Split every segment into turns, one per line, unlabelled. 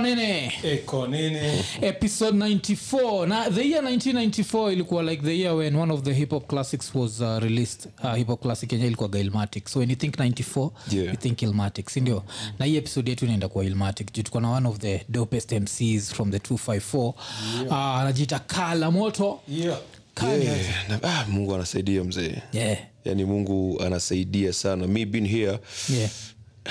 nne
iko nini
E episode 94 na the year 1994 ilikuwa like the year when one of the hip hop classics was uh, released uh, hip hop classic yenye ilikuwa gailmatic so when you think 94
Yeah.
you think ilmatic sindio na hii episode yetu inaenda kwa ilmatic juu tuko na one of the dopest mcs from the 254 yeah. uh, anajiita kala moto
hiyo
Kali.
Yeah, na- ah, mungu anasaidia mzee
yeah.
yaani mungu anasaidia sana mi been here
Yeah.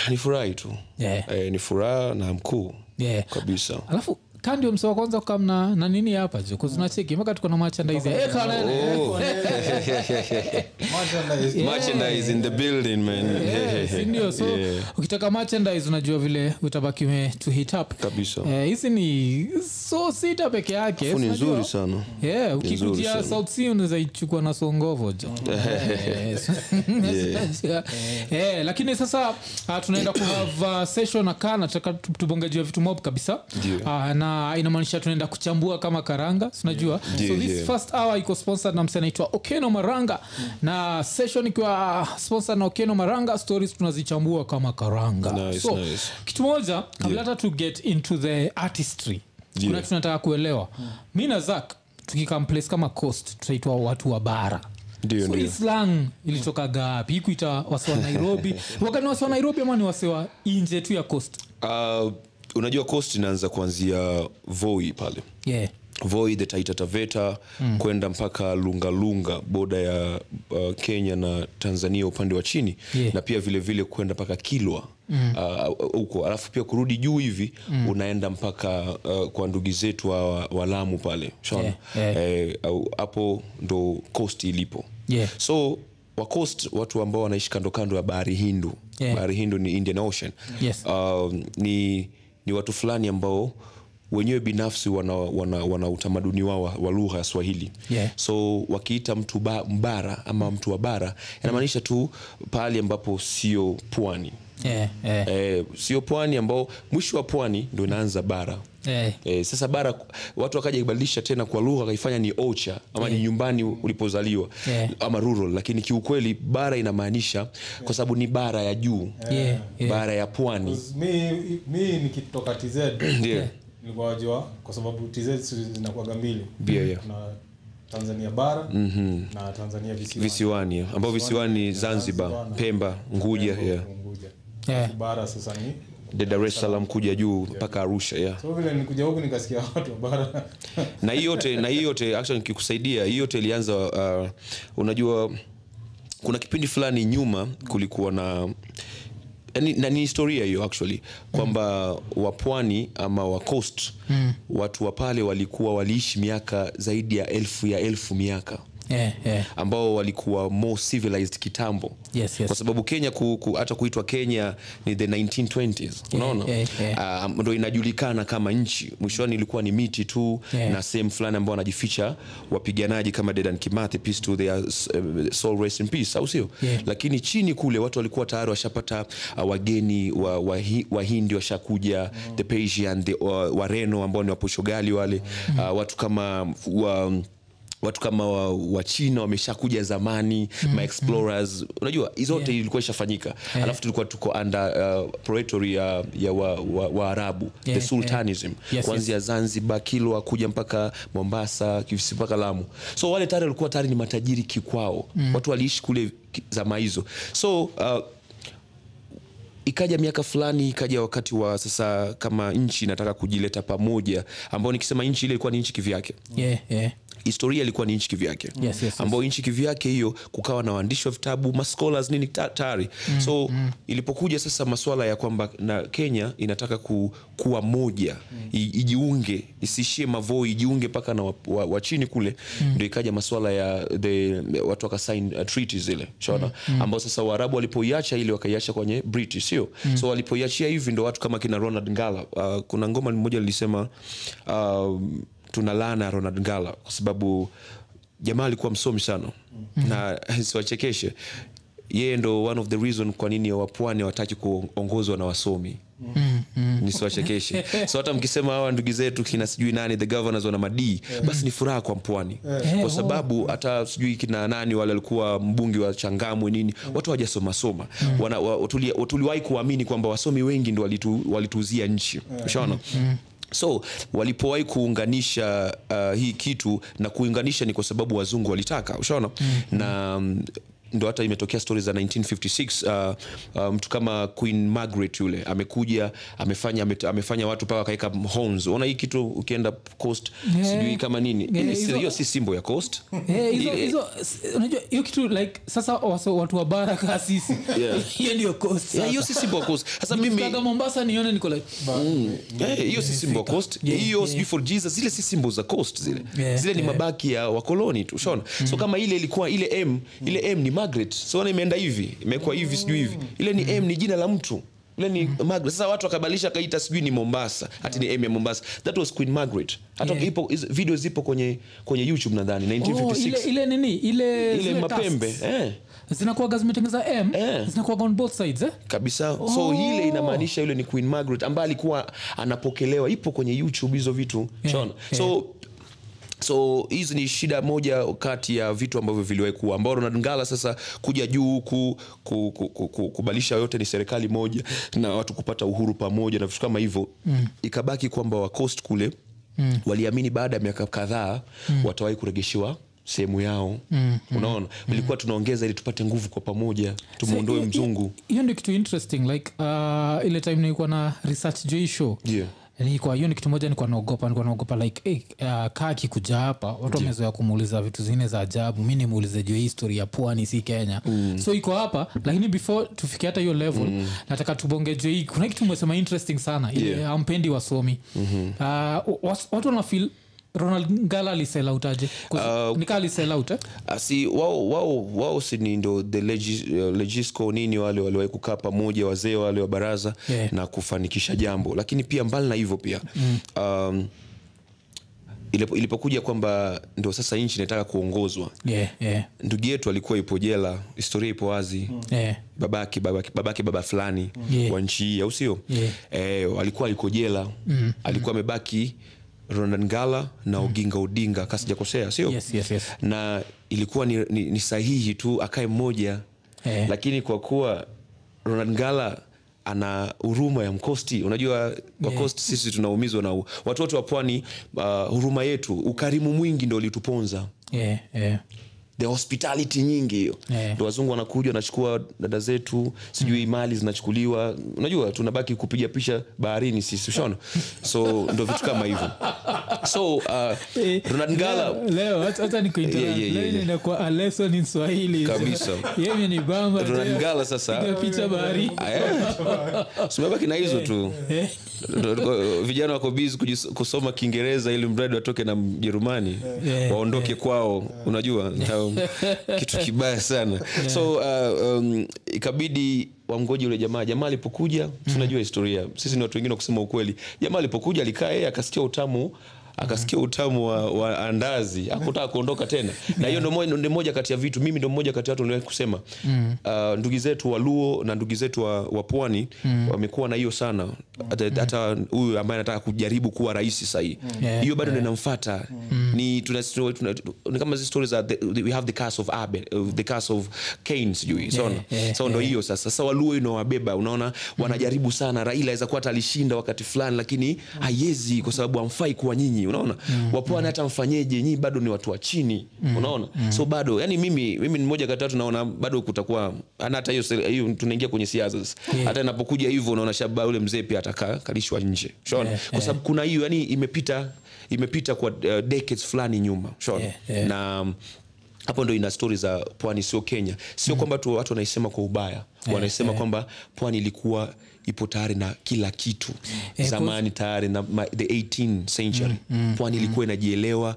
ni furahi tu
Yeah.
eh, ni furaha na mkuu
Yeah. Ah,
kabisa
alafu kandio mse wa kwanza kamna na nini hapa juu kuzinacheki mpaka tuko na Eh, machandaizi
Oh.
merchandise
Merchandise in the building, man. eh,
Yeah, si ndio Eh, so
Yeah.
ukitaka merchandise unajua vile utabaki ume- to hit up
Kabisa.
Eh, hizi ni so sita peke yake
Fu ni
unajua.
nzuri sana
Yeah,
nzuri
ukikujia
sana.
south sea unaweza ichukua na songovo jo Eh, so- Eh, lakini sasa ah, tunaenda kuhave uh, session na kaa nataka tu- tubonge juu ya vitu mob kabisa
Ndio.
Ah, na inamaanisha tunaenda kuchambua kama karanga sinajua so
Ndio,
this
ndio.
first hour iko sponsored na mse anaitwa okeno maranga na session ikiwa sponsored na okeno maranga stories tunazichambua kama karanga
Nice,
so
nice.
kitu moja kabla hata to get into the artistry
Yeah.
kuna kitu tunataka kuelewa mi na zak tukikamplace kama coast tutaitwa watu wa bara
Ndio,
so
ndio.
hii slang ilitokaga wapi ikuita wase wa nairobi wakani wase wa nairobi ama ni wase wa inje tu ya coast
uh, unajua cost inaanza kuanzia voi pale
yeah.
voi the taita taveta mm. kwenda mpaka lungalunga boda ya uh, kenya na tanzania upande wa chini
Yeah.
na pia vile vile kwenda mpaka kilwa mm. uh, huko alafu pia kurudi juu hivi mm. unaenda mpaka uh, kwa ndugu zetu wa, wa lamu pale shaona
Yeah,
Eh, au- hapo ndo coast ilipo
Yeah.
so wa coast watu ambao wanaishi kando kando ya bahari hindu
Yeah.
bahari hindu ni indian ocean
Yes.
um, ni, ni watu fulani ambao wenyewe binafsi wana, wana, wana utamaduni wao wa, wa lugha ya swahili
Yeah.
so wakiita mtu ba, mbara ama mtu wa bara inamaanisha tu pahali ambapo sio pwani
Yeah, yeah.
eh, sio pwani ambao mwisho wa pwani ndo inaanza bara
Eh.
Eh, sasa bara watu wakaja ibadilisha tena kwa lugha wakaifanya ni ocha ama ni nyumbani ulipozaliwa
Yeah.
ama rural lakini kiukweli bara inamaanisha kwa sababu ni bara ya juu
Yeah, yeah.
bara ya pwani
mi, mi nikitoka tz
ndio
nilikuwa wajua kwa sababu tz si zinakuwaga mbili
Bia, yeah. Mhm.
na tanzania bara mm-hmm. na tanzania visiwa
visiwani ambao visiwani ni zanzibar
Zanzibar.
pemba nguja yeah.
unguja
Yeah.
Alafu bara sasa ni
The dar es salaam kuja juu mpaka arusha yeah.
so vile nikuja huku nikasikia watu wa bara
na hii yote na hii yote action kikusaidia hii yote ilianza uh, unajua kuna kipindi fulani nyuma kulikuwa na yani, na ni historia hiyo actually kwamba wapwani ama wa coast mm. watu wa pale walikuwa waliishi miaka zaidi ya elfu ya elfu miaka
Yeah, yeah.
ambao walikuwa more civilized kitambo
Yes, yes.
kwa sababu kenya ku, ku, hata kuitwa kenya ni the 1920s unaona
yeah, yeah.
Ah, ndo inajulikana kama nchi mwishoni ilikuwa ni miti tu
Yeah.
na sehemu fulani ambao wanajificha wapiganaji kama dedan kimathi peace to their uh, soul rest in peace au sio
Yeah.
lakini chini kule watu walikuwa tayari washapata uh, wageni wa, wa, wahindi washakuja mm. the persian the uh, wareno ambao ni waposhogali wale mm. uh, watu kama wa, watu kama wa, wa china wameshakuja zamani mm, maexplorers mm. unajua hizo zote
Yeah.
ilikuwa ishafanyika yeah. alafu tulikuwa tuko under uh, proetory ya, ya waarabu wa, wa Waarabu,
Yeah,
the sultanism
yeah. Yes,
kuanzia zanzibar kilwa kuja mpaka mombasa kivisi mpaka lamu so wale tayari walikuwa tayari ni matajiri kikwao mm. watu waliishi kule ki- zama hizo so uh, ikaja miaka fulani ikaja wakati wa sasa kama nchi inataka kujileta pamoja ambao nikisema nchi ile ilikuwa ni nchi kivyake
Yeah, yeah.
historia ilikuwa ni nchi kivyake
yes, yes.
ambayo nchi kivyake hiyo kukawa na waandishi wa vitabu mascholas nini ta- tayari mm, so mm. ilipokuja sasa maswala ya kwamba na kenya inataka ku, kuwa moja mm. ijiunge isiishie mavoi ijiunge mpaka na wa, wa, wa chini kule mm. ndo ikaja maswala ya the, watu wakasin uh, treaty zile shaona mm. ambao sasa waarabu walipoiacha ile wakaiacha kwenye british sio mm. so walipoiachia hivi ndo watu kama kina ronald ngala uh, kuna ngoma moja lilisema uh, tuna laana ronald ngala kwa sababu jamaa alikuwa msomi sana mm-hmm. na siwachekeshe yeye ndo one of the reason kwa nini wapwani wataki kuongozwa na wasomi mm-hmm. nisiwachekeshe so hata mkisema hawa ndugu zetu kina sijui nani the governors wana madii basi ni furaha kwa mpwani kwa sababu hata sijui kina nani wale walikuwa mbungi wa changamwe nini watu hawajasomasoma
Mm.
Wana-
Mm.
wa- tuli- tuliwahi kuamini kwamba wasomi wengi ndo walitu- walituuzia nchi ushaona so walipowahi kuunganisha uh, hii kitu na kuunganisha ni kwa sababu wazungu walitaka ushaona mm-hmm. na mm, ndo hata imetokea stori za 1956 uh, uh, mtu kama queen margaret yule amekuja amefanya amet, amefanya watu mpaka akaweka horns unaona hii kitu ukienda coast
Yeah.
sijui kama nini
Yeah,
Ile si-
hizo-
hiyo si simbo ya coast
Eh, hizo-
Ile-
hizo- s- unajua hiyo kitu like sasa waso- watu wa bara kaa sisi
Yeah.
hiyo ndiyo coast
Yeah, Eh, hiyo
sasa.
si simbo ya coast sasa mimi
Nikifikaga mombasa nione niko like
Eh, hiyo si simbo ya coast
Yeah,
hiyo
yeah.
sijui for jesus zile si simbo za coast zile
Yeah,
zile ni
yeah. Mm-hmm.
mabaki ya wakoloni tu shona so kama ile ilikuwa ile m ile m ni margaret so ona imeenda hivi imekuwa hivi sijui hivi
Mm-hmm.
ile ni m ni jina la mtu ile ni margaret sasa watu wakabadilisha akaita sijui ni mombasa hati ni m ya mombasa that was queen margaret hata
Yeah.
ipo hizo- video zipo kwenye kwenye youtube nadhani
oh,
1956
ile, ile nini ile,
ile
zile
mapembe
tusks.
eh
zinakuwaga zimetengeza m
Eh.
zinakuwaga on both sides eh?
kabisa so ile inamaanisha yule ni queen margaret ambaye alikuwa anapokelewa ipo kwenye youtube hizo vitu
Yeah,
shaona so so hizi ni shida moja kati ya vitu ambavyo viliwahi kuwa ambao ronald ngala sasa kuja juu ku, ku, ku, ku, ku, kubalisha yote ni serikali moja na watu kupata uhuru pamoja na vitu kama hivyo mm. ikabaki kwamba wacost kule mm. waliamini baada ya miaka kadhaa mm. watawahi kuregeshiwa sehemu yao mm. unaona ilikuwa tunaongeza ili tupate nguvu kwa pamoja tumuondoe
Hiyo-
mzungu
hiyo ndio kitu interesting like uh, ile time nilikuwa na research juu hii show
Yeah.
nilikuwa hiyo ni kitu moja nilikuwa naogopa nilikuwa naogopa like eh, uh, kaa akikuja hapa watu wamezoea kumuuliza vitu zingine za ajabu mi nimuulize juu ya histori ya pwani si kenya mm. so iko hapa lakini before tufike hata hiyo level mm. nataka tubonge juu ya hii kuna kitu umesema interesting sana ile
Yeah.
ampendi wasomi mm-hmm. uh, was- watu wanafil ronald ngala alisellautaje uh, nikaa alisellout eh?
asi Ah, wao wao wao si ni ndo the legis, uh, legisco nini wale waliwahi kukaa pamoja wazee wale wa baraza
Yeah.
na kufanikisha jambo lakini pia mbali na hivyo pia mm. um, ilipo- ilipokuja kwamba ndo sasa nchi inataka kuongozwa
yeah, yeah,
ndugu yetu alikuwa ipo jela historia ipo wazi mm
yeah.
babake babake, babake baba fulani
Yeah.
wa nchi hii au sio
Yeah.
eh, alikuwa aliko jela mm. alikuwa amebaki ronald ngala na oginga odinga kasijakosea sio
Mm. Yes, yes, yes.
na ilikuwa ni, ni, ni sahihi tu akae mmoja
Eh.
lakini kwa kuwa ronald ngala ana huruma ya mkosti unajua wakosti sisi tunaumizwa na u- watu wote wa pwani uh, huruma yetu ukarimu mwingi ndo ulituponza
Yeah, yeah.
the hospitality nyingi hiyo
Eh.
ndo wazungu wanakuja wanachukua dada zetu sijui mm. mali zinachukuliwa unajua tunabaki kupiga picha baharini sisi ushaona so ndo vitu kama hivyo so uh, ronald ngala
Eh, Leo- leo hata- hata
Yeah, yeah, yeah, yeah.
nikoinakuwa lesson in swahili
Kabisa.
yeye ni bamba
ronald
tena.
ngala sasa
Piga picha bahari
simebaki eh, na hizo tu
Eh,
vijana wako bizi kusoma kiingereza ili mradi watoke na mjerumani
Yeah.
waondoke kwao unajua tao- kitu kibaya sana so uh, um, ikabidi wamgoji yule jamaa jamaa alipokuja tunajua historia sisi ni watu wengine wa kusema ukweli jamaa alipokuja alikaa yeye akasikia utamu akasikia utamu wa, wa andazi akutaka kuondoka tena na hiyo ndo moja- ndo moja kati ya vitu mimi ndo mmoja kati ya watu niliwahi kusema uh, ndugu zetu waluo na ndugu zetu wa, wa pwani wamekuwa na hiyo sana hata hata huyu ambaye anataka kujaribu kuwa rais sahii
Yeah. Mm.
hiyo bado yeah. ninamfata ni tuna, tuna, tuna, ni kama hizi stories za the- we have the curse of Abel, uh, the curse of Cain sijui so,
yeah, Mm.
so ndo hiyo sasa sasa waluo inawabeba unaona wanajaribu sana Raila aweza kuwa hata alishinda wakati fulani lakini haiwezi kwa sababu amfai kuwa nyinyi unaona
Mm.
wapwani hata mfanyeje nyinyi bado ni watu wa chini unaona
Mm.
so bado yani mimi mimi ni mmoja kati ya watu naona bado kutakuwa ana hata hiyo sel- hiyo tunaingia kwenye siasa sasa hata inapokuja hivyo unaona shaba yule mzee pia atakaa kalishwa nje unaona
Yeah,
kwa sababu kuna hiyo yani imepita imepita kwa uh, decades fulani nyuma unaona
Yeah, yeah.
na um, hapo ndo ina stori za pwani sio kenya
Mm.
sio kwamba tu watu wanaisema kwa ubaya wanaisema kwamba pwani ilikuwa ipo tayari na kila kitu
Eh,
zamani tayari na ma, the 18 century
Mm,
pwani ilikuwa inajielewa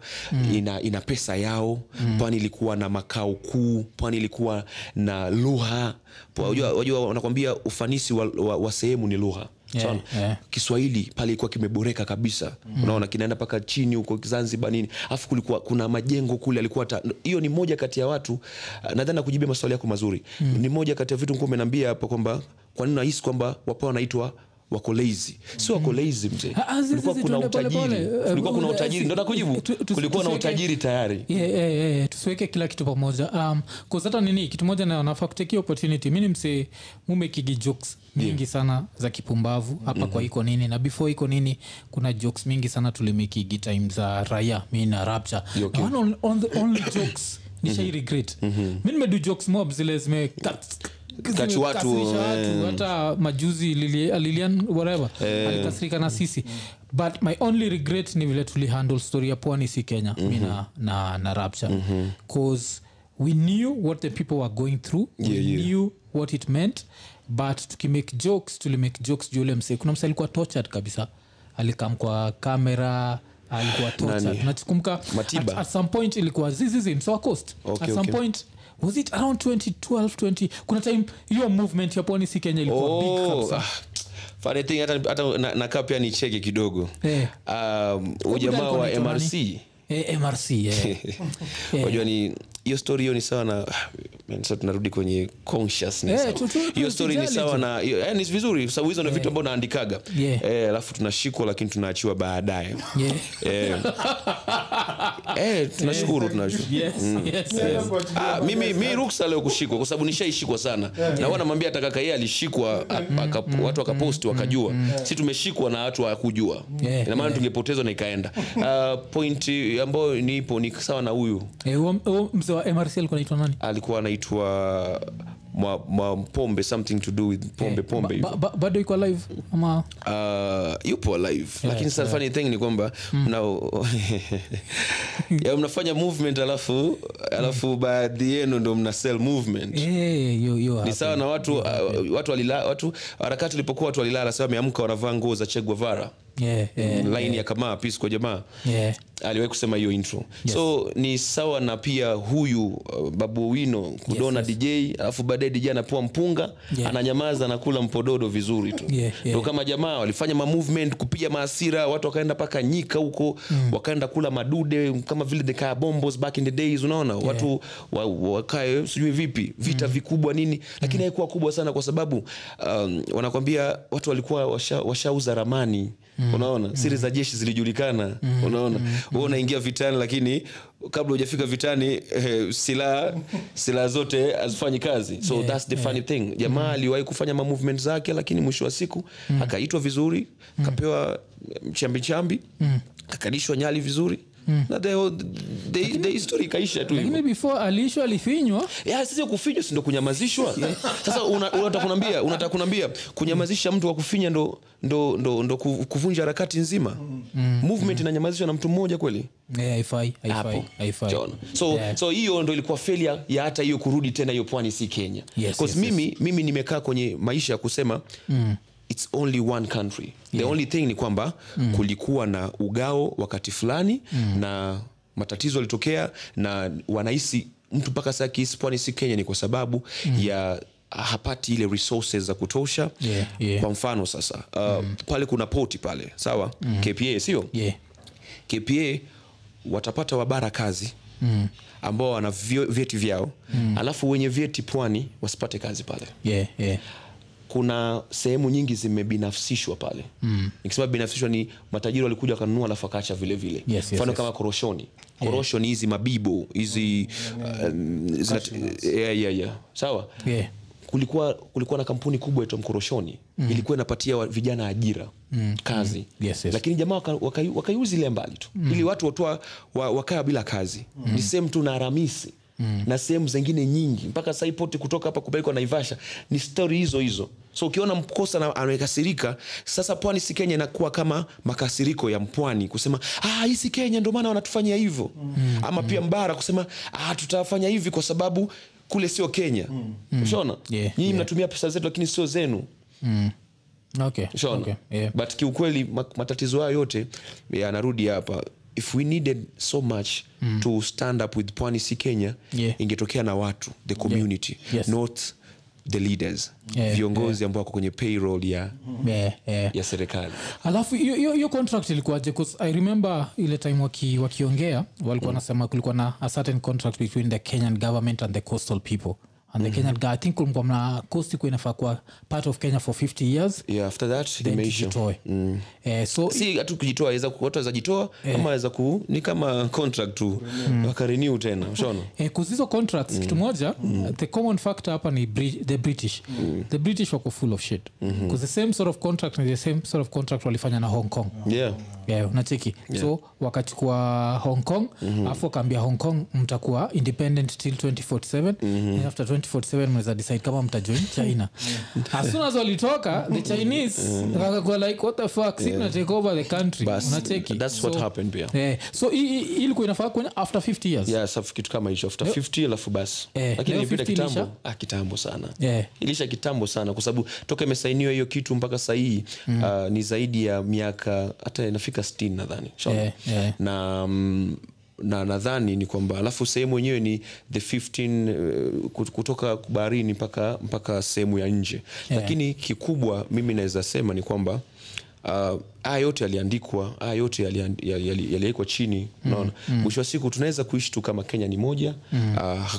ina, ina pesa yao
Mm.
pwani ilikuwa na makao kuu pwani ilikuwa na lugha Pwa-
Mm.
wajua wajua wanakwambia ufanisi wa, wa, wa sehemu ni lugha
Yeah,
Sawa?
yeah.
kiswahili pale ilikuwa kimeboreka kabisa
Mm-hmm.
mm. unaona kinaenda mpaka chini huko zanzibar nini alafu kulikuwa kuna majengo kule alikuwa hata hiyo ni moja kati ya watu ah, nadhani nakujibia maswali yako mazuri mm. ni moja kati ya vitu mkuu umeniambia hapo kwamba kwa nini nahisi kwamba wapaa wanaitwa wako lazy si wako lazy mzee
Mm-hmm. Ah, ah, zizi,
kulikuwa
zizi,
kuna
tuende pole
utajiri
pole. Eh,
kulikuwa kuna
eh,
utajiri
si-
ndo nakujibu
tu- tu-
kulikuwa na
tusiweke-
utajiri tayari
Yeah, yeah, yeah, yeah. tusiweke kila kitu pamoja um, 'cause hata nini kitu moja na nafaa kutekia opportunity mi ni msee mumekigi jokes mingi sana za kipumbavu hapa kwa
Mm-hmm.
iko nini na before iko nini kuna jokes mingi sana tulimekigi time za raya mi na rapture
Okay. Mm-hmm.
na one on, on the only jokes nishai regret mi nimedu jokes mob zile zime
Kati watu,
zimekasirisha
eh.
hata majuzi Lili- alilian whatever alikasirika na sisi but my only regret ni vile tulihandle story ya pwani si kenya mi
Mhm.
na, na, na rapture cause we knew what the people were going through we
Yeah, yeah.
knew what it meant but tukimake jokes tulimake jokes juu ule msee kuna msee alikuwa tortured kabisa alikam kwa kamera alikuwa tortured
Nani?
nachikumka
Matiba?
at, at some point ilikuwa zizizi msoa coast
Okay,
at some
okay.
point was it around 2012 20 kuna time hiyo movement ya pwani si kenya ilikuwa big
Oh,
kabisa
ah, funny thing, hata- hata na- nakaa pia nicheke kidogo
Eh.
Um, huyu jamaa
alikuwa
wa
anaitwa nani?
mrc
Eh, mrc eh.
unajua ni hiyo story hiyo ni sawa na ah, man, sasa tunarudi kwenye consciousness
Eh, tu- tu-
hiyo story ni
tujali
sawa
tu.
na hiyo- eh, ni vizuri sababu hizo ni vitu ambao naandikaga
Yeah.
eh, alafu tunashikwa lakini tunaachiwa baadaye
Yeah.
eh, eh, tunashukuru tunashukuru
Yes,
Mm.
yes, yes.
Naenda kuachilia
Ah,
baadaye.
mimi mi ruksa leo kushikwa kwa sababu nishaishikwa sana na huwa namwambia hata kaka yeye alishikwa
Mm,
a- aka- watu wakaposti wakajua si tumeshikwa na watu hawakujua
Yeah,
inamaana tungepotezwa na ikaenda Ah, pointi ambayo nipo ni sawa na huyu
Eh, huo- huo mzee wa mrc alikuwa naitwa nani
alikuwa anaitwa mwa, mwa pombe something to do with pombe
Eh,
pombe
ba- ba- bado iko alive ama
uh, yupo alive lakini sasa funny thing ni kwamba
Mm.
mna ya mnafanya movement alafu alafu
Mm.
baadhi yenu ndo mna sell movement
Eh, yo- yo
ni
hapa.
sawa na watu uh, watu walila, watu harakati ilipokuwa watu walilala sasa wameamka wanavaa nguo za Che Guevara
Yeah, yeah,
line ya kamaa peace kwa jamaa
yeah.
aliwahi kusema hiyo intro so ni sawa na pia huyu uh, babu wino kudona dj alafu baadaye dj anapoa mpunga
Yeah.
ananyamaza anakula mpododo vizuri tu
Yeah, yeah.
Ndio kama jamaa walifanya ma movement kupiga maasira watu wakaenda mpaka nyika huko wakaenda kula madude kama vile the car bombos back in the days unaona watu wa- wa- wakae sijui vipi vita vikubwa nini lakini haikuwa kubwa sana kwa sababu um, wanakwambia watu walikuwa washa- washauza ramani unaona siri za jeshi zilijulikana unaona wewe unaingia vitani lakini kabla hujafika vitani eh, silaha silaha zote hazifanyi kazi so that's the funny thing jamaa aliwahi kufanya ma movement zake lakini mwisho wa siku akaitwa vizuri akapewa mm. chambi chambi akalishwa nyali vizuri na the, whole- the, the, the history ikaisha tu hivyo
lakini before aliishwa alifinywa
Ya, sisi kufinywa si ndo kunyamazishwa sasa una- unataka kunambia unataka kunambia kunyamazisha mtu wa kufinya ndo, ndo, ndo, ndo ku- kuvunja harakati nzima movement inanyamazishwa na mtu mmoja kweli
Eh, haifai haifai haifai
Chaona. so
Yeah.
so hiyo ndo ilikuwa failure ya hata hiyo kurudi tena hiyo pwani si kenya
Yes, yes,
'Cause
Mm. yes.
mimi mimi nimekaa kwenye maisha ya kusema it's only one country the only thing ni kwamba
Mm.
kulikuwa na ugao wakati fulani na matatizo yalitokea na wanahisi mtu mpaka saa akihisi pwani si kenya ni kwa sababu ya hapati ile resources za kutosha
Mm. Yeah, yeah. Mm.
kwa mfano sasa uh, pale kuna poti pale sawa kpa sio
Yeah.
kpa watapata wabara kazi mm. ambao wana vyo- vyeti vyao mm. alafu wenye vyeti pwani wasipate kazi pale
Yeah, yeah.
kuna sehemu nyingi zimebinafsishwa pale mm. nikisema binafsishwa ni matajiri walikuja wakanunua alafu akaacha vile vile
Yes, yes,
mfano
yes.
kama koroshoni korosho ni hizi mabibo hizi um, zina- yeah, yeah, yeah. sawa
Yeah.
kulikuwa kulikuwa na kampuni kubwa itwa mkoroshoni mm. ilikuwa inapatia wa- vijana ajira mm. kazi
Yes, yes.
lakini jamaa wakaiuzi waka, waka wakaiuzi ile mbali tu mm. ili watu watoa wa, wakaa bila kazi mm. ni sehemu tu na aramisi Mm. na sehemu zingine nyingi mpaka saipoti kutoka hapa kupelekwa naivasha ni stori hizo hizo so ukiona mkosa na amekasirika sasa pwani si kenya inakuwa kama makasiriko ya mpwani kusema "Ah, hii si kenya ndio maana wanatufanyia hivyo mm. ama pia mbara kusema ah, tutafanya hivi kwa sababu kule sio kenya mm. shona
Yeah,
nyinyi
yeah.
mnatumia pesa zetu lakini sio zenu
Okay,
Shaona.
okay, yeah.
but kiukweli ma- matatizo hayo yote yanarudi hapa if we needed so much mm. to stand up with pwani si kenya
Yeah.
ingetokea na watu the community
Yes.
not the leaders
Yeah,
viongozi ambao wako kwenye payroll ya,
Yeah, yeah.
ya serikali
alafu hiyo- hiyo hiyo contract ilikuwaje 'Cause i remember ile time waki, wakiongea walikuwa wanasema kulikuwa na a certain contract between the kenyan government and the coastal people and the kenyan guy i think kulikuwa mna coast kuwa inafaa kuwa part of kenya for 50 years
yeah, after that
then
imeisha
tujitoe eh, so
si hatu kujitoa waweza- watu waweza jitoa ama waweza ku ni kama contract tu
Mm.
wakarenew tena ushaona
Eh, 'cause hizo contracts kitu moja the common factor hapa ni Bri- the british the british wako full of shit 'Cause the same sort of contract ni the same sort of contract walifanya na hong kong
yeah
yeah, unacheki so wakachukua hong kong
Mhm.
alafu wakaambia hong kong mtakuwa independent till 2047
Mhm.
Then after 2047 mnaweza decide kama mtajoin china as soon as walitoka
Mhm.
the chinese wakakua like what the fuck si tunatake over the country
Bas,
unacheki
that's what happened pia.
eh, so hii- hii- hii ilikuwa inafaa kwenye after 50 years
yeah safu kitu kama hicho after 50 alafu basi
Eh,
lakini
leo
ilipita
50
kitambo
ilisha?
ah, kitambo sana
Eh.
ilisha kitambo sana kwa sababu toka imesainiwa hiyo kitu mpaka sahii
Mm.
ah, ni zaidi ya miaka hata inafika 60 nadhani Shaona?
Eh, eh.
na mm, na nadhani ni kwamba alafu sehemu wenyewe ni the 15 uh, kut- kutoka baharini mpaka mpaka sehemu ya nje lakini kikubwa mimi naweza sema ni kwamba uh, haya yote yaliandikwa haya yote yaliand- yali- yali- yaliwekwa chini unaona mwisho wa siku tunaweza kuishi tu kama kenya ni moja mm.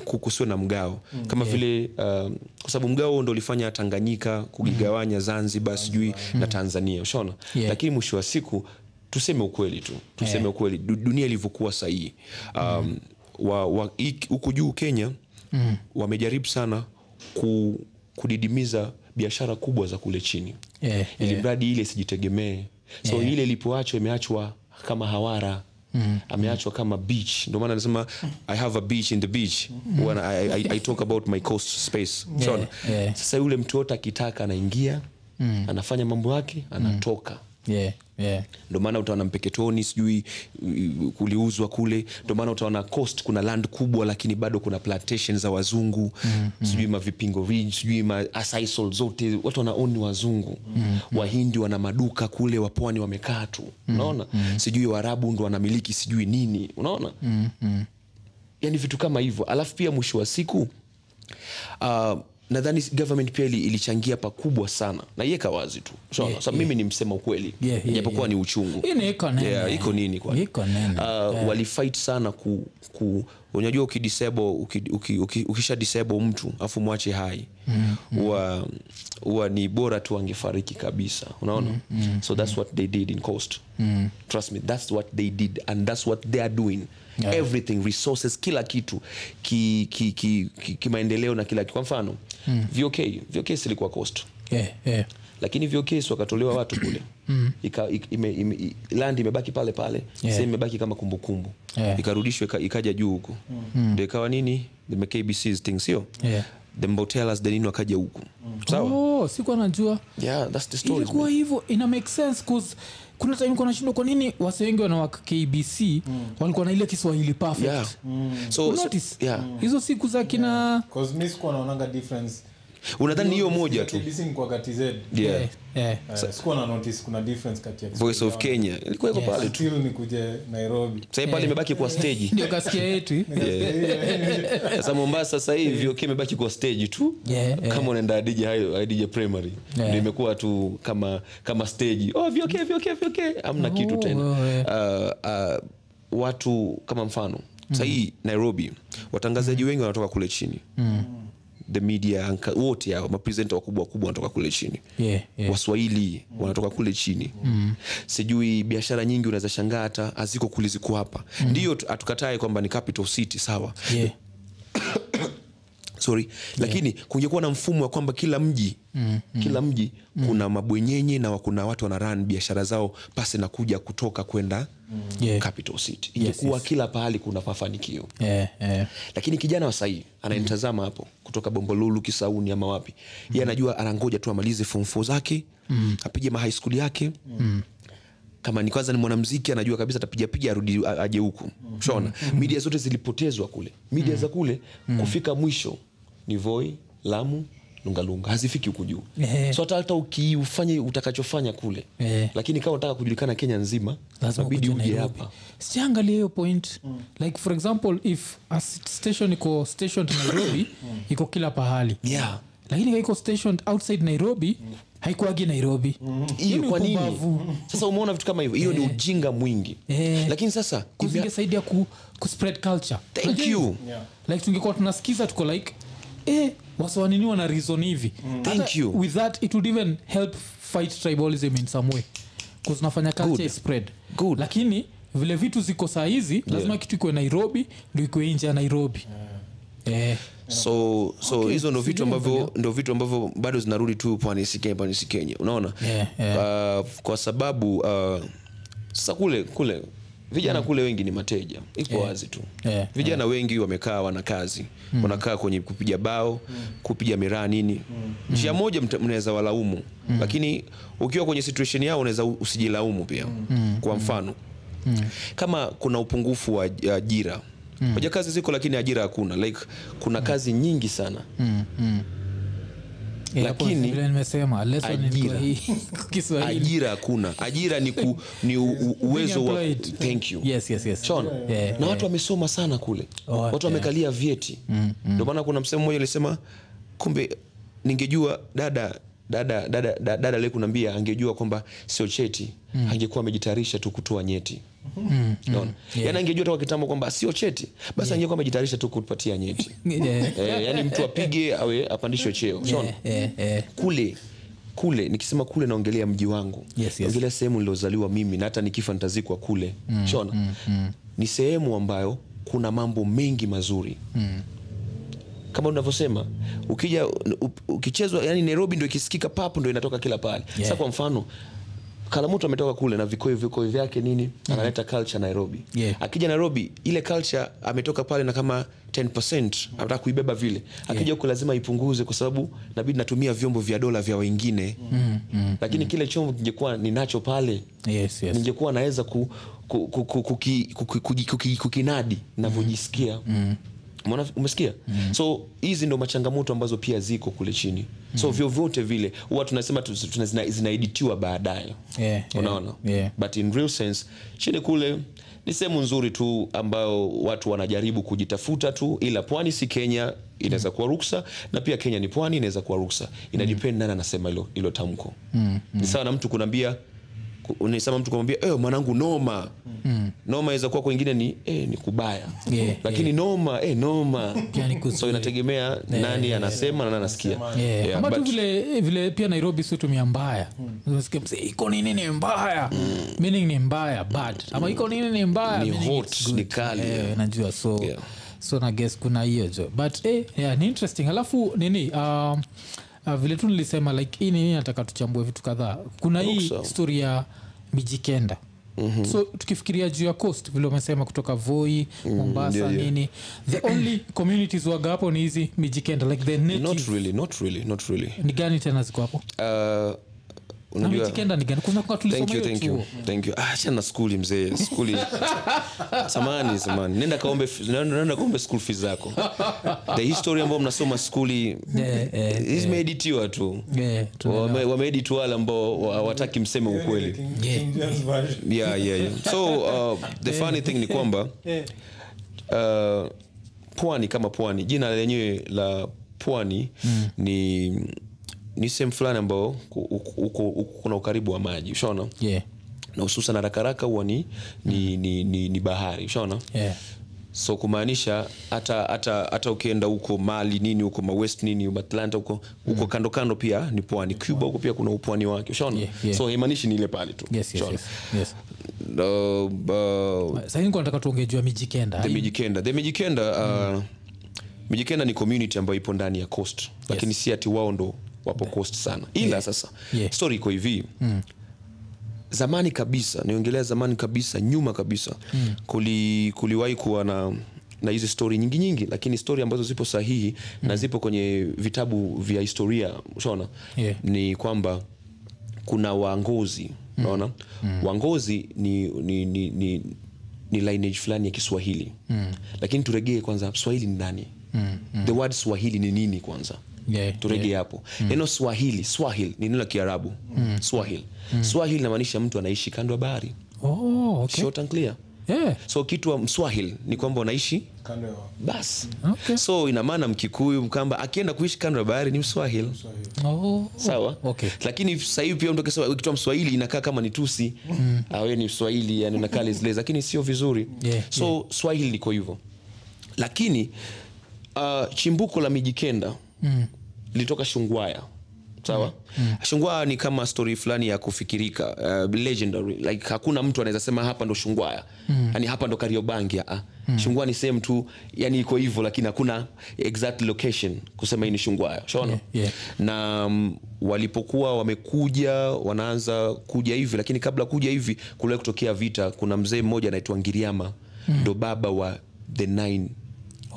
uh, kusiwe na mgao kama vile uh, kwa sababu mgao huo ndo ulifanya tanganyika kugigawanya zanzibar sijui na tanzania ushaona
Yeah.
lakini mwisho wa siku tuseme ukweli tu tuseme ukweli du- dunia ilivyokuwa sahihi um, wa, wa, hii- huku juu kenya mm. wamejaribu sana ku, kudidimiza biashara kubwa za kule chini
Eh,
ili mradi ile isijitegemee so ile ilipoachwa imeachwa kama hawara Mm. ameachwa kama beach ndio maana anasema i have a beach in the beach When I, I, I talk about my coast space Unaona?
yeah.
sasa yule mtu yote akitaka anaingia anafanya mambo yake anatoka
yeah, yeah.
ndo maana utaona mpeketoni sijui u- kuliuzwa kule ndo maana utaona coast kuna land kubwa lakini bado kuna plantation za wazungu
Mm-hmm.
sijui mavipingo ridge sijui ma asaisol zote watu wanaoni wazungu
Mm-hmm.
wahindi wana maduka kule wapwani wamekaa tu unaona
Mm-hmm.
sijui waarabu ndo wanamiliki sijui nini unaona yani vitu kama hivyo alafu pia mwisho wa siku uh, nadhani government pia ili- ilichangia pakubwa sana na iweka wazi tu so, yeah, mimi ni msema ukweli
Yeah, yeah,
japokuwa ni uchungu
Hii ni iko nene.
Yeah, iko nini kwani?
Iko nene.
uh, walifight sana ku, ku unajua ukidisable uki- uki- uki- ukisha disable mtu afu mwache hai
Mm-hmm.
huwa mm, ni bora tu angefariki kabisa unaona
Mm-hmm.
so that's what they did in coast trust me that's what they did and that's what they are doing
Yeah.
everything resources kila kitu kimaendeleo ki, ki, ki, kimaendeleo na kila kitu kwa mfano
Mm.
vok vok silikuwa coast
Yeah, yeah.
lakini vyo kesi wakatolewa watu kule Ika- ik- ime- ime- i- land imebaki pale pale
Mm-hmm. Yeah.
sehemu imebaki kama kumbukumbu
Yeah. Mm-hmm.
ikarudishwa ika- ikaja juu huku ndo ikawa nini the kbc thing sio
Yeah.
the mbotelas the nini wakaja huku sawa
Oh, sikuwa najua
yeah that's the story
ilikuwa hivyo ina make sense 'cause kuna time kuna shindwa kwa nini wasi wengi wanawaka kbc walikuwa na ile kiswahili perfect
Mm. yeah so, so
Mm. Notice? Mm.
yeah
hizo siku za kina
Cause mi sikuwa naonanga difference
unadhani ni hiyo moja tu
KBC ni kwa kati zetu.
yeah,
Eh, eh.
Eh, sikuwa na notice kuna difference kati ya
voice of
Kiswahili
kenya ilikuwa iko
Yes.
pale tu
until nikuje nairobi
sahii pale imebaki kuwa stage
ndio kasikia yetu
sasa mombasa sasa hivi okay imebaki kwa stage tu
Yeah, yeah.
kama unaenda adija hayo adija primary
Yeah.
ndio imekuwa tu kama kama stage oh vyoke vyoke vyoke amna kitu tena
oh,
uh, uh, watu kama mfano sahii
Mm.
nairobi watangazaji wengi wanatoka kule chini the media anchor- wote hao mapresenta wakubwa wakubwa wanatoka kule chini
Yeah, yeah. Mm.
waswahili wanatoka kule chini sijui biashara nyingi unaweza shangaa hata haziko kule ziko hapa ndiyo tu- hatukatae kwamba ni capital city sawa
Mm. Yeah.
sorry lakini kungekuwa na mfumo wa kwamba kila mji mm,
Mm-hmm.
kila mji mm. kuna mabwenyenye na wa- kuna watu wanaran biashara zao pasi na kuja kutoka kwenda
Yeah.
capital city ingekuwa
yes.
kila pahali kuna mafanikio
Eh, eh.
lakini kijana wa sahii anayenitazama hapo kutoka bombolulu kisauni ama wapi ye
Mm-hmm.
anajua anangoja tu amalize form four zake mm. apige ma high school yake
Mm-hmm.
mm kama ni kwanza ni mwanamziki anajua kabisa atapigapiga arudi a- aje huku
Mm-hmm.
shona media zote zilipotezwa kule media za kule
Mm-hmm.
kufika mwisho ni voi lamu lungalunga hazifiki huku juu
Ehe.
so hata hata ukiufanye utakachofanya kule
Ehe.
lakini kama unataka kujulikana kenya nzima
Eh. lazima
inabidi
ukuje
uje
Nairobi.
hapa Mm.
sijaangalia hiyo point like for example if a s- station iko stationed nairobi
Mm.
iko kila pahali
Yeah.
lakini kaiko stationed outside nairobi haikuagi nairobi Yaani Hiyo ni
hiyo Mm. Mm-hmm. kwa nini
upumbavu.
sasa umeona vitu kama hivyo hiyo ni ujinga mwingi
Eh.
lakini sasa ibia-
kuzingesaidia ku, ku spread culture
thank you
yeah.
like tungekuwa tunasikiza tuko like eh, wasowanini wana reason hivi
Mm. Thank
Hata
you.
with that it would even help fight tribalism in some way kuzinafanya culture is spread
Good.
lakini vile vitu ziko saa hizi lazima kitu ikuwe nairobi ndo ikuwe nje ya nairobi eh.
so so
Okay,
hizo ndo vitu
sijui
ambavyo
hivyo.
ndo vitu ambavyo bado zinarudi tu pwani si kenya pwani si kenya unaona
Yeah,
Uh, kwa sababu uh, sasa kule kule vijana kule wengi ni mateja iko wazi tu
Mm. Yeah, Mm.
vijana wengi wamekaa wana kazi wanakaa kwenye kupiga bao kupiga miraa nini
Mm.
njia moja mta- mnaweza walaumu lakini ukiwa kwenye situation yao unaweza u- usijilaumu pia
Mm.
kwa mfano kama kuna upungufu wa aj- ajira
Mm.
moja kazi ziko lakini ajira hakuna like kuna kazi nyingi sana
Mm. Eh, hapo
Lakini-
vile nimesema lesson ni
Ajira.
kwa hii kiswahili
ajira hakuna ajira ni, ku, ni u, u, uwezo wa
Unemployed.
thank you
yes, yes, Eh, yes.
Shona.
Yeah.
na watu wamesoma sana kule
Oh,
watu
yeah. Mm,
wamekalia vyeti ndio maana kuna msemo mmoja alisema kumbe ningejua dada dada dada dada, dada le kunambia angejua kwamba sio cheti
Mm.
angekuwa amejitayarisha tu kutoa nyeti Unaona? yaani angejua toka kitambo kwamba sio cheti basi angekuwa amejitayarisha tu kupatia nyeti
Yeah.
eh, yani mtu apige awe apandishwe cheo Unaona?
Eh, eh.
kule kule nikisema kule naongelea mji wangu
yes.
naongelea sehemu niliozaliwa mimi na hata nikifa nitazikwa kule mm, shona mm, mm. ni sehemu ambayo kuna mambo mengi mazuri mm. kama unavyosema ukija u- ukichezwa yani nairobi ndo ikisikika papo ndo inatoka kila pale yeah. sa kwa mfano kalamutu ametoka kule na vikoi vikoi vyake nini mm. analeta culture nairobi
Yeah.
akija nairobi ile culture ametoka pale na kama 10 anataka kuibeba vile akija huko lazima ipunguze kwa sababu nabidi natumia vyombo vya dola vya wengine mm, mm, lakini mm. kile chombo kingekuwa ninacho pale
Yes, yes.
ningekuwa naweza ku, ku, ku, ku, kuki- kuki- kuki- kuki- kukinadi navyojisikia
Mm,
Umeona- umesikia so hizi ndo machangamoto ambazo pia ziko kule chini
Mm.
so vyovyote vile huwa tunasema tu- tuna- zina- zinaeditiwa baadaye
Yeah, yeah,
unaona
yeah.
but in real sense chini kule ni sehemu nzuri tu ambayo watu wanajaribu kujitafuta tu ila pwani si kenya inaweza kuwa ruksa na pia kenya ni pwani inaweza kuwa ruksa inadepend nani anasema hilo hilo tamko
Mm-hmm.
ni sawa na mtu kunaambia nisema mtu kumwambia eh mwanangu noma noma inaweza kuwa kwengine ni eh, ni kubaya
Mm-hmm. Yeah,
lakini noma eh, noma
Pia ni kuzuri.
so inategemea nani anasema na nani anasikia
Yeah,
Yeah,
kama tu
but-
vile, eh, vile pia nairobi si tumia mbaya Unasikia msee, iko nini ni mbaya meaning ni mbaya bad ama iko nini ni mbaya
Ni
meaning
hot,
it's good.
ni kali,
Eh,
yeah.
najua so
Yeah.
so na guess kuna hiyo jo but eh, yeah, ni interesting alafu nini um, uh, vile tu nilisema like hii nini nataka tuchambue vitu kadhaa kuna hii
Ruksa.
story ya mijikenda mm-hmm. so tukifikiria juu ya coast vile umesema kutoka voi mombasa
Mm, yeah, yeah.
nini the only communities waga hapo ni hizi mijikenda like the native
not really not really not really
ni gani tena ziko hapo
uh,
Na
unajua
mitikenda ni gani kuna kuna tulisoma
thank you
hiyo
thank you
chuo
thank you ah acha na skuli mzee skuli samani samani nenda kaombe nenda kaombe school fees zako the history ambayo mnasoma skuli zimeeditiwa tu
Eh, tuna-
Wame- wameedit wale ambao hawataki mseme ukweli
King- King James Version.
yeah, yeah, yeah. so uh, the funny thing ni kwamba uh, pwani kama pwani jina lenyewe la pwani mm. ni ni sehemu fulani ambao ku- uko- uko- uko- kuna ukaribu wa maji ushaona
Yeah,
na hususan harakaraka huwa ni, ni, ni, ni, ni bahari ushaona
yeah.
so kumaanisha hata hata hata ukienda huko mali nini huko mawest nini huko atlanta huko huko
Mm.
kando kando pia ni pwani cuba huko pia kuna upwani wake ushaona
Yeah, yeah.
so haimaanishi ni ile pale tu
Yes, yes,
ushaona?
yes, yes.
Uh, uh,
Sasa hivi nilikuwa nataka tuongejua mijikenda
the
Hii-
mijikenda the mijikenda
Mm.
uh, mijikenda ni community ambayo ipo ndani ya coast lakini si ati wao ndo wapo coast sana ila sasa
Yeah.
story iko hivi zamani kabisa niongelea zamani kabisa nyuma kabisa kuli, kuliwahi kuwa na na hizi stori nyingi nyingi lakini stori ambazo zipo sahihi na zipo kwenye vitabu vya historia shona
Yeah.
ni kwamba kuna wangozi unaona wangozi ni, ni, ni, ni, ni lineage fulani ya kiswahili lakini turegee kwanza swahili ni nani the word swahili ni nini kwanza
Yeah,
turejee hapo neno swahili swahil ni neno la kiarabu swahil swahil inamaanisha mtu anaishi kando ya bahari
Oh, okay.
short and clear
Yeah.
so kitwa mswahil ni kwamba unaishi
Kando ya-
basi
Okay.
so ina maana mkikuyu mkamba akienda kuishi kando ya bahari ni mswahil
Oh,
sawa
okay.
lakini sahivi pia mtu akisema ukitoa mswahili inakaa kama ni tusi mm. awe ni mswahili yani unakaa lezilezi lakini sio vizuri
Mm-hmm. Yeah,
so swahili liko hivyo lakini uh, chimbuko la mijikenda
Mm.
lilitoka shungwaya sawa mm. shungwaya ni kama story fulani ya kufikirika uh, legendary like hakuna mtu anaweza sema hapa ndo shungwaya mm. yani hapa ndo kariobangi ah. mm. shungwaya ni sehemu tu yani iko hivyo lakini hakuna exact location kusema hii ni shungwaya shaona
Yeah, yeah.
na um, walipokuwa wamekuja wanaanza kuja hivi lakini kabla kuja hivi kuliwahi kutokea vita kuna mzee mmoja anaitwa ngiriama ndo baba wa the nine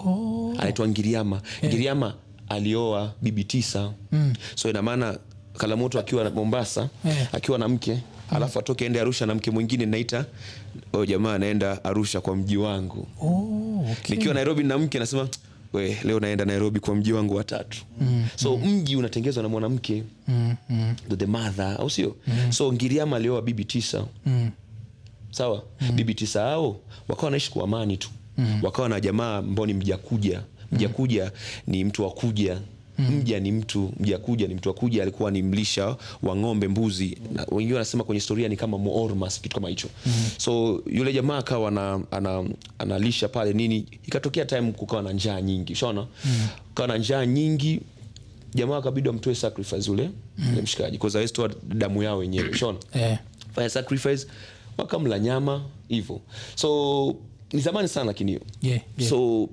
Oh.
anaitwa ngiriama ngiriama alioa bibi tisa mm. so inamaana kalamoto akiwa na mombasa
Eh.
akiwa na mke alafu atoke ende arusha na mke mwingine naita o jamaa anaenda arusha kwa mji wangu
Oh, okay.
nikiwa nairobi na mke nasema we leo naenda nairobi kwa mji wangu watatu mm, so mm. mji unatengezwa na mwanamke
Mm, mm,
ndo the mother au sio mm. so ngiriama alioa bibi tisa
mm.
sawa mm. bibi tisa hao wakawa wanaishi kwa amani tu mm. wakawa na jamaa ambao ni mjakuja mjakuja ni mtu wa kuja mja ni mtu mjakuja ni mtu wa kuja alikuwa ni mlisha wa ng'ombe mbuzi Na wengine wanasema kwenye historia ni kama moormas kitu kama hicho so yule jamaa akawa ana, ana, analisha pale nini ikatokea time kukawa na njaa nyingi ushaona kukawa na njaa nyingi jamaa akabidi wamtoe sacrifice ule mm. mshikaji kwa sababu hawezi toa damu yao wenyewe ushaona
Eh.
fanya sacrifice wakamla nyama hivyo so ni zamani sana lakini hiyo
Yeah, yeah.
so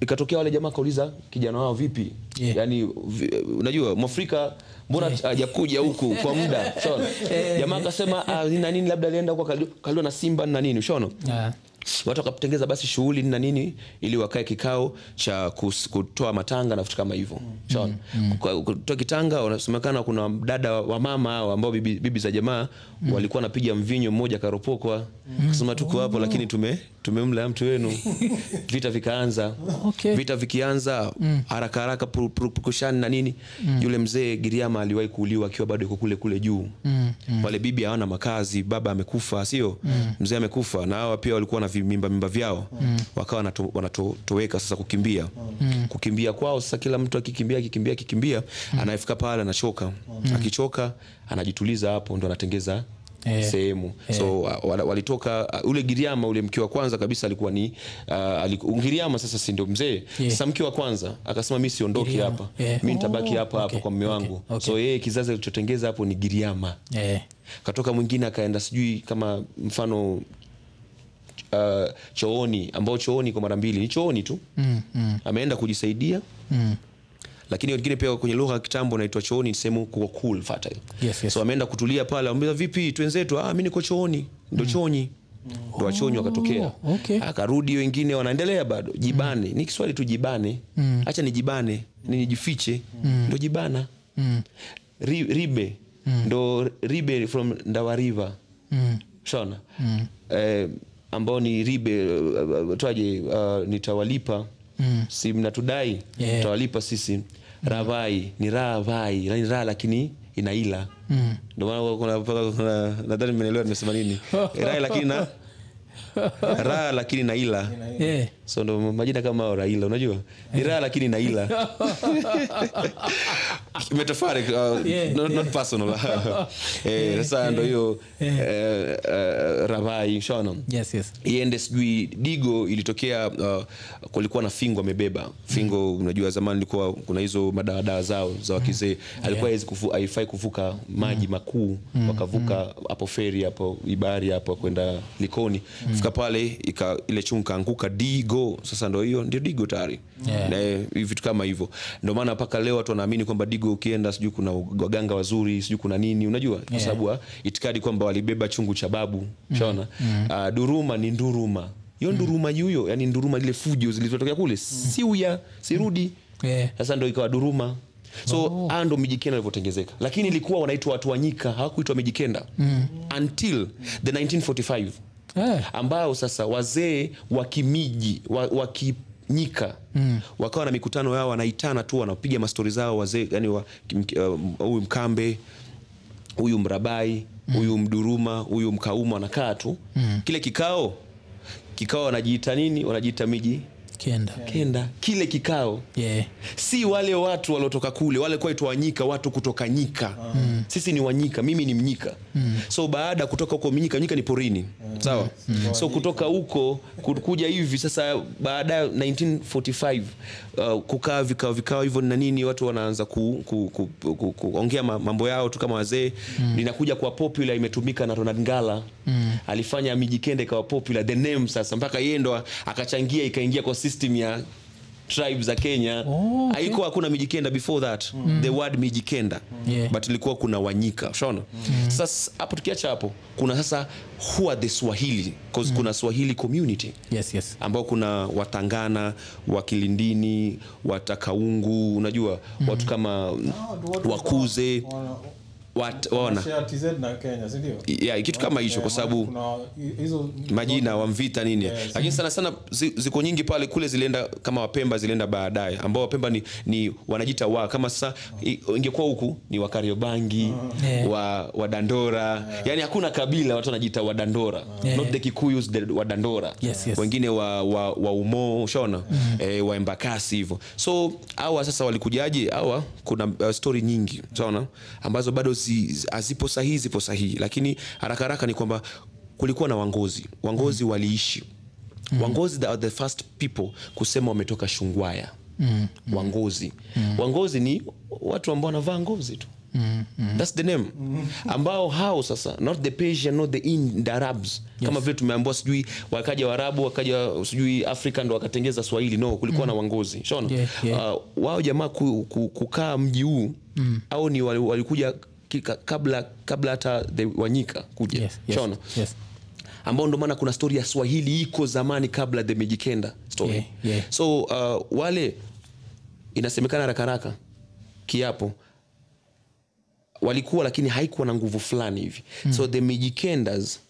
ikatokea wale jamaa akauliza kijana wao vipi
Yeah.
yani vi, unajua mwafrika mbona hajakuja huku kwa muda ushaona
Eh.
jamaa akasema "Ah, nini na nini labda alienda huko akali- akaliwa na simba na nini ushaona
Ah,
watu wakapotengeza basi shughuli na nini ili wakae kikao cha kus- kutoa matanga na vitu kama hivyo shaona Kwa- kutoa kitanga wanasemekana kuna dada wa- wa mama hao ambao bibi, bibi za jamaa walikuwa wanapiga mvinyo mmoja akaropokwa kasema tuko hapo lakini tume tumemla mtu wenu vita vikaanza
Okay.
vita vikianza haraka haraka puru- puru- purukushani na nini yule mzee giriama aliwahi kuuliwa akiwa bado yuko kule kule juu wale bibi hawana makazi baba amekufa sio mzee amekufa na hawa pia walikuwa na vimimba mimba vyao wakawa wanato- wanatoweka sasa kukimbia kukimbia kwao sasa kila mtu akikimbia akikimbia akikimbia anafika pale anachoka akichoka anajituliza hapo ndo anatengeza
Eh.
sehemu so wa- wa- walitoka uh, ule giriama ule mke wa kwanza kabisa alikuwa ni uh, aliku, giriama sasa si ndio mzee
Yeah.
sasa mke wa kwanza akasema mi siondoki
Giriama.
hapa
Yeah.
mi nitabaki
Oh,
hapa
okay,
hapa kwa mme
okay,
wangu
okay.
so yeye kizazi alichotengeza hapo ni giriama
eh.
katoka mwingine akaenda sijui kama mfano uh, chooni ambao chooni kwa mara mbili ni chooni tu
Mm, mm,
ameenda kujisaidia
mm.
lakini wengine pia kwenye lugha ya kitambo naitwa chooni ni sehemu kuwa cool fertile
Yes, yes.
so ameenda kutulia pale ambiza vipi twenzetu ah, mi niko chooni ndo
Mm.
choonyi ndo wachonyi wakatokea
Oh, okay.
akarudi wengine wanaendelea bado jibane ni kiswali tu jibane
Mm.
hacha ni jibane ni nijifiche ndo jibana
Mm.
Ri, ribe ndo ribe from ndawariva
Mm.
shona eh, ambao ni ribe uh, uh, twaje uh, nitawalipa si mnatudai
Yeah.
tutawalipa sisi ravai ni ravai ni raha lakini inaila Ndio maana kuna- kuna- kuna- nadhani mmeelewa nimesema nini rai lakini na raha lakini naila
Eh.
so ndo majina kama hao raila unajua ni raha lakini naila metaphoric uh,
Yeah,
not, not personal eh, sasa ndo hiyo eh, eh, ravai shona
Yes, yes.
iende sijui digo ilitokea uh, kulikuwa na fingo amebeba fingo unajua zamani ilikuwa kuna hizo madawadawa zao za wakizee alikuwa hawezi kuvu- haifai kuvuka maji makuu wakavuka hapo feri hapo ibari hapo kwenda likoni fika pale ika, ile chunka anguka digo sasa ndo hiyo ndio digo tayari
Yeah.
Na, eh, vitu kama hivyo ndio maana mpaka leo watu wanaamini kwamba digo ukienda sijui kuna waganga wazuri sijui kuna nini unajua kwa sababu wa itikadi kwamba walibeba chungu cha babu shaona Ah, duruma ni nduruma hiyo nduruma yuyo yani nduruma lile fujo zilizotokea kule siuya sirudi
Eh.
sasa ndo ikawa duruma so oh. ndo mijikenda alivyotengezeka lakini ilikuwa wanaitwa watu wa nyika hawakuitwa mijikenda until the 1945
Eh.
ambao sasa wazee wa kimiji wa, wa kinyika mm. wakawa na mikutano yao wanaitana tu wanapiga mastori zao wazee yani wa- kim- uh, huyu mkambe huyu mrabai huyu mduruma huyu mkauma wanakaa tu mm. kile kikao kikao wanajiita nini wanajiita miji
kenda
kenda kile kikao
yeah.
si wale watu waliotoka kule wale kwaitwa wanyika watu kutoka nyika mm. sisi ni wanyika mimi ni mnyika mm. so baada ya kutoka huko mnyika nyika ni porini sawa so kutoka huko ku- kuja hivi sasa baada ya 1945 uh, kukaa vikao vikao hivyo na nini watu wanaanza kuongea ku, ku, ku, ku, kuongea ma- mambo yao tu kama wazee mm. linakuja kuwa popular imetumika na ronald ngala mm. alifanya mijikende ikawa popular the name sasa mpaka yeye ndo akachangia ikaingia kwa system ya tribe za kenya
Oh, okay. Mm.
haikuwa hakuna mijikenda before that the word mijikenda
Yeah. Mm.
but ilikuwa kuna wanyika shaona sasa hapo tukiacha hapo kuna sasa who are the swahili bcause
Mm.
kuna swahili community
yes, yes.
ambao kuna watangana wakilindini watakaungu unajua
Mm.
watu kama wakuze wat, waona
TZ na Kenya, si ndio?
yeah, kitu kama hicho kwa
Eh,
sababu
kuna hizo
majina wamvita nini lakini sana sana zi- ziko nyingi pale kule zilienda kama wapemba zilienda baadaye ambao wapemba ni, ni wanajita wa kama sasa i- ingekuwa huku ni wakariobangi
Ah. Yeah.
wa wadandora yani hakuna kabila watu wanajita wadandora
Yeah.
not the kikuyus the wadandora
Yes, Mm-hmm. yes.
wengine wa, wa, wa umo ushaona eh, waembakasi hivyo so hawa sasa walikujaje hawa kuna uh, stori nyingi ushaona ambazo bado zi- zi- hazipo sahihi zipo sahihi lakini haraka haraka ni kwamba kulikuwa na wangozi wangozi
Mm-hmm.
waliishi wangozi that are the first people kusema wametoka shungwaya
Mm-hmm.
wangozi wangozi ni watu ambao wanavaa ngozi tu Mhm. thats the name
Mhm.
ambao hao sasa not the persian not the in the arabs kama vile tumeambiwa sijui wakaja waarabu wakaja sijui afrika ndo wakatengeza swahili no kulikuwa na wangozi shona
Mm. Yeah, yeah. Mm.
uh, wao jamaa ku, ku, kukaa mji huu au ni wali- walikuja kika- kabla kabla hata the wanyika kuja
Yes, yes,
shona
yes.
ambao ndo maana kuna stori ya swahili iko zamani kabla the mijikenda story
Yeah, yeah.
so uh, wale inasemekana haraka haraka kiapo walikuwa lakini haikuwa na nguvu fulani hivi mm. so the mijikendas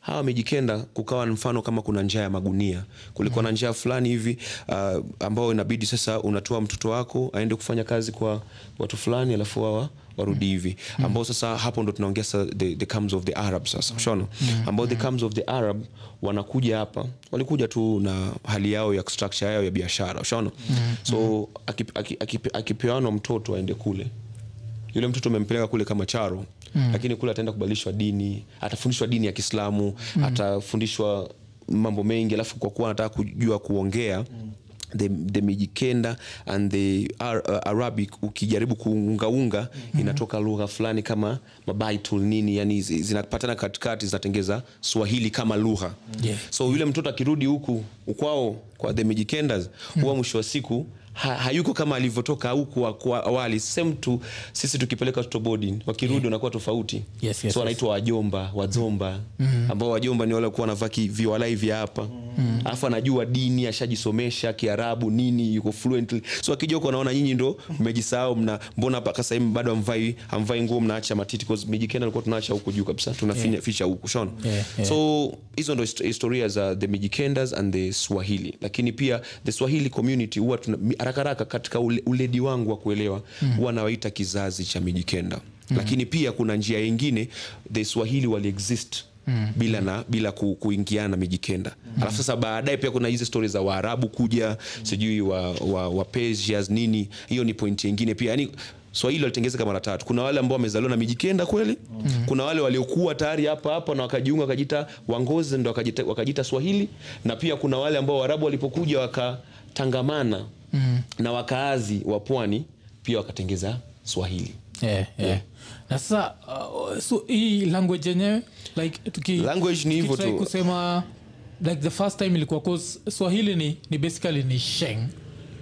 hawa mijikenda kukawa na mfano kama kuna njaa ya magunia kulikuwa mm. na njaa fulani hivi uh, ambao inabidi sasa unatoa mtoto wako aende kufanya kazi kwa watu fulani alafu hawa warudi hivi ambao sasa hapo ndo tunaongea sa the, the comes of the arab sasa shona ambao the comes of the arab wanakuja hapa walikuja tu na hali yao ya structure yao ya biashara shona so akip- aki- aki- akipewanwa mtoto aende kule yule mtoto umempeleka kule kama charo mm. lakini kule ataenda kubadilishwa dini atafundishwa dini ya kiislamu mm. atafundishwa mambo mengi alafu kwa kuwa anataka kujua kuongea mm. the, the mijikenda and the Ar- uh, arabic ukijaribu kuungaunga mm. inatoka lugha fulani kama mabaitul nini yani zi- zinapatana katikati zinatengeza swahili kama lugha
Yeah.
so yule mtoto akirudi huku kwao kwa the mijikendas huwa mwisho wa siku ha, hayuko kama alivyotoka huku wa- kwa awali same tu sisi tukipeleka watoto boarding wakirudi wanakuwa tofauti
Yes, yes, Mm-hmm.
so wanaitwa wajomba wazomba ambao wajomba ni wale kuwa wanavaa ki- viwalai vya hapa alafu anajua dini ashajisomesha kiarabu nini yuko fluently so akija huko anaona nyinyi ndo mmejisahau mna mbona mpaka sahii bado amvai amvai nguo mnaacha matiti 'Cause mijikenda alikuwa tunaacha huku juu kabisa tunaficha huku shona
Yeah, yeah.
so so hizo ndo histo- historia za the mijikendas and the swahili lakini pia the swahili community huwa tuna- mi- haraka haraka katika ule, uledi wangu wa kuelewa huwa nawaita kizazi cha mijikenda mm. lakini pia kuna njia ingine the swahili waliexist Mm. bila na bila ku, kuingiana mijikenda mm. alafu sasa baadaye pia kuna hizi stori za waarabu kuja mm. sijui wa, wa, wa Persians nini hiyo ni pointi ingine pia Yaani, yani swahili walitengezeka mara tatu kuna wale ambao wamezaliwa na mijikenda kweli
Mm-hmm.
mm. kuna wale waliokuwa tayari hapa hapa na wakajiunga wakajita wangozi ndo wakajita, wakajita swahili na pia kuna wale ambao waarabu walipokuja wakatangamana mm.
Mm-hmm.
na wakaazi wa pwani pia wakatengeza swahili
Yeah, yeah. Eh, na sasa uh, so hii language yenyewe like tuki,
Language ni hivyo
tukitry
tu.
kusema like the first time ilikuwa cause swahili ni, ni basically ni sheng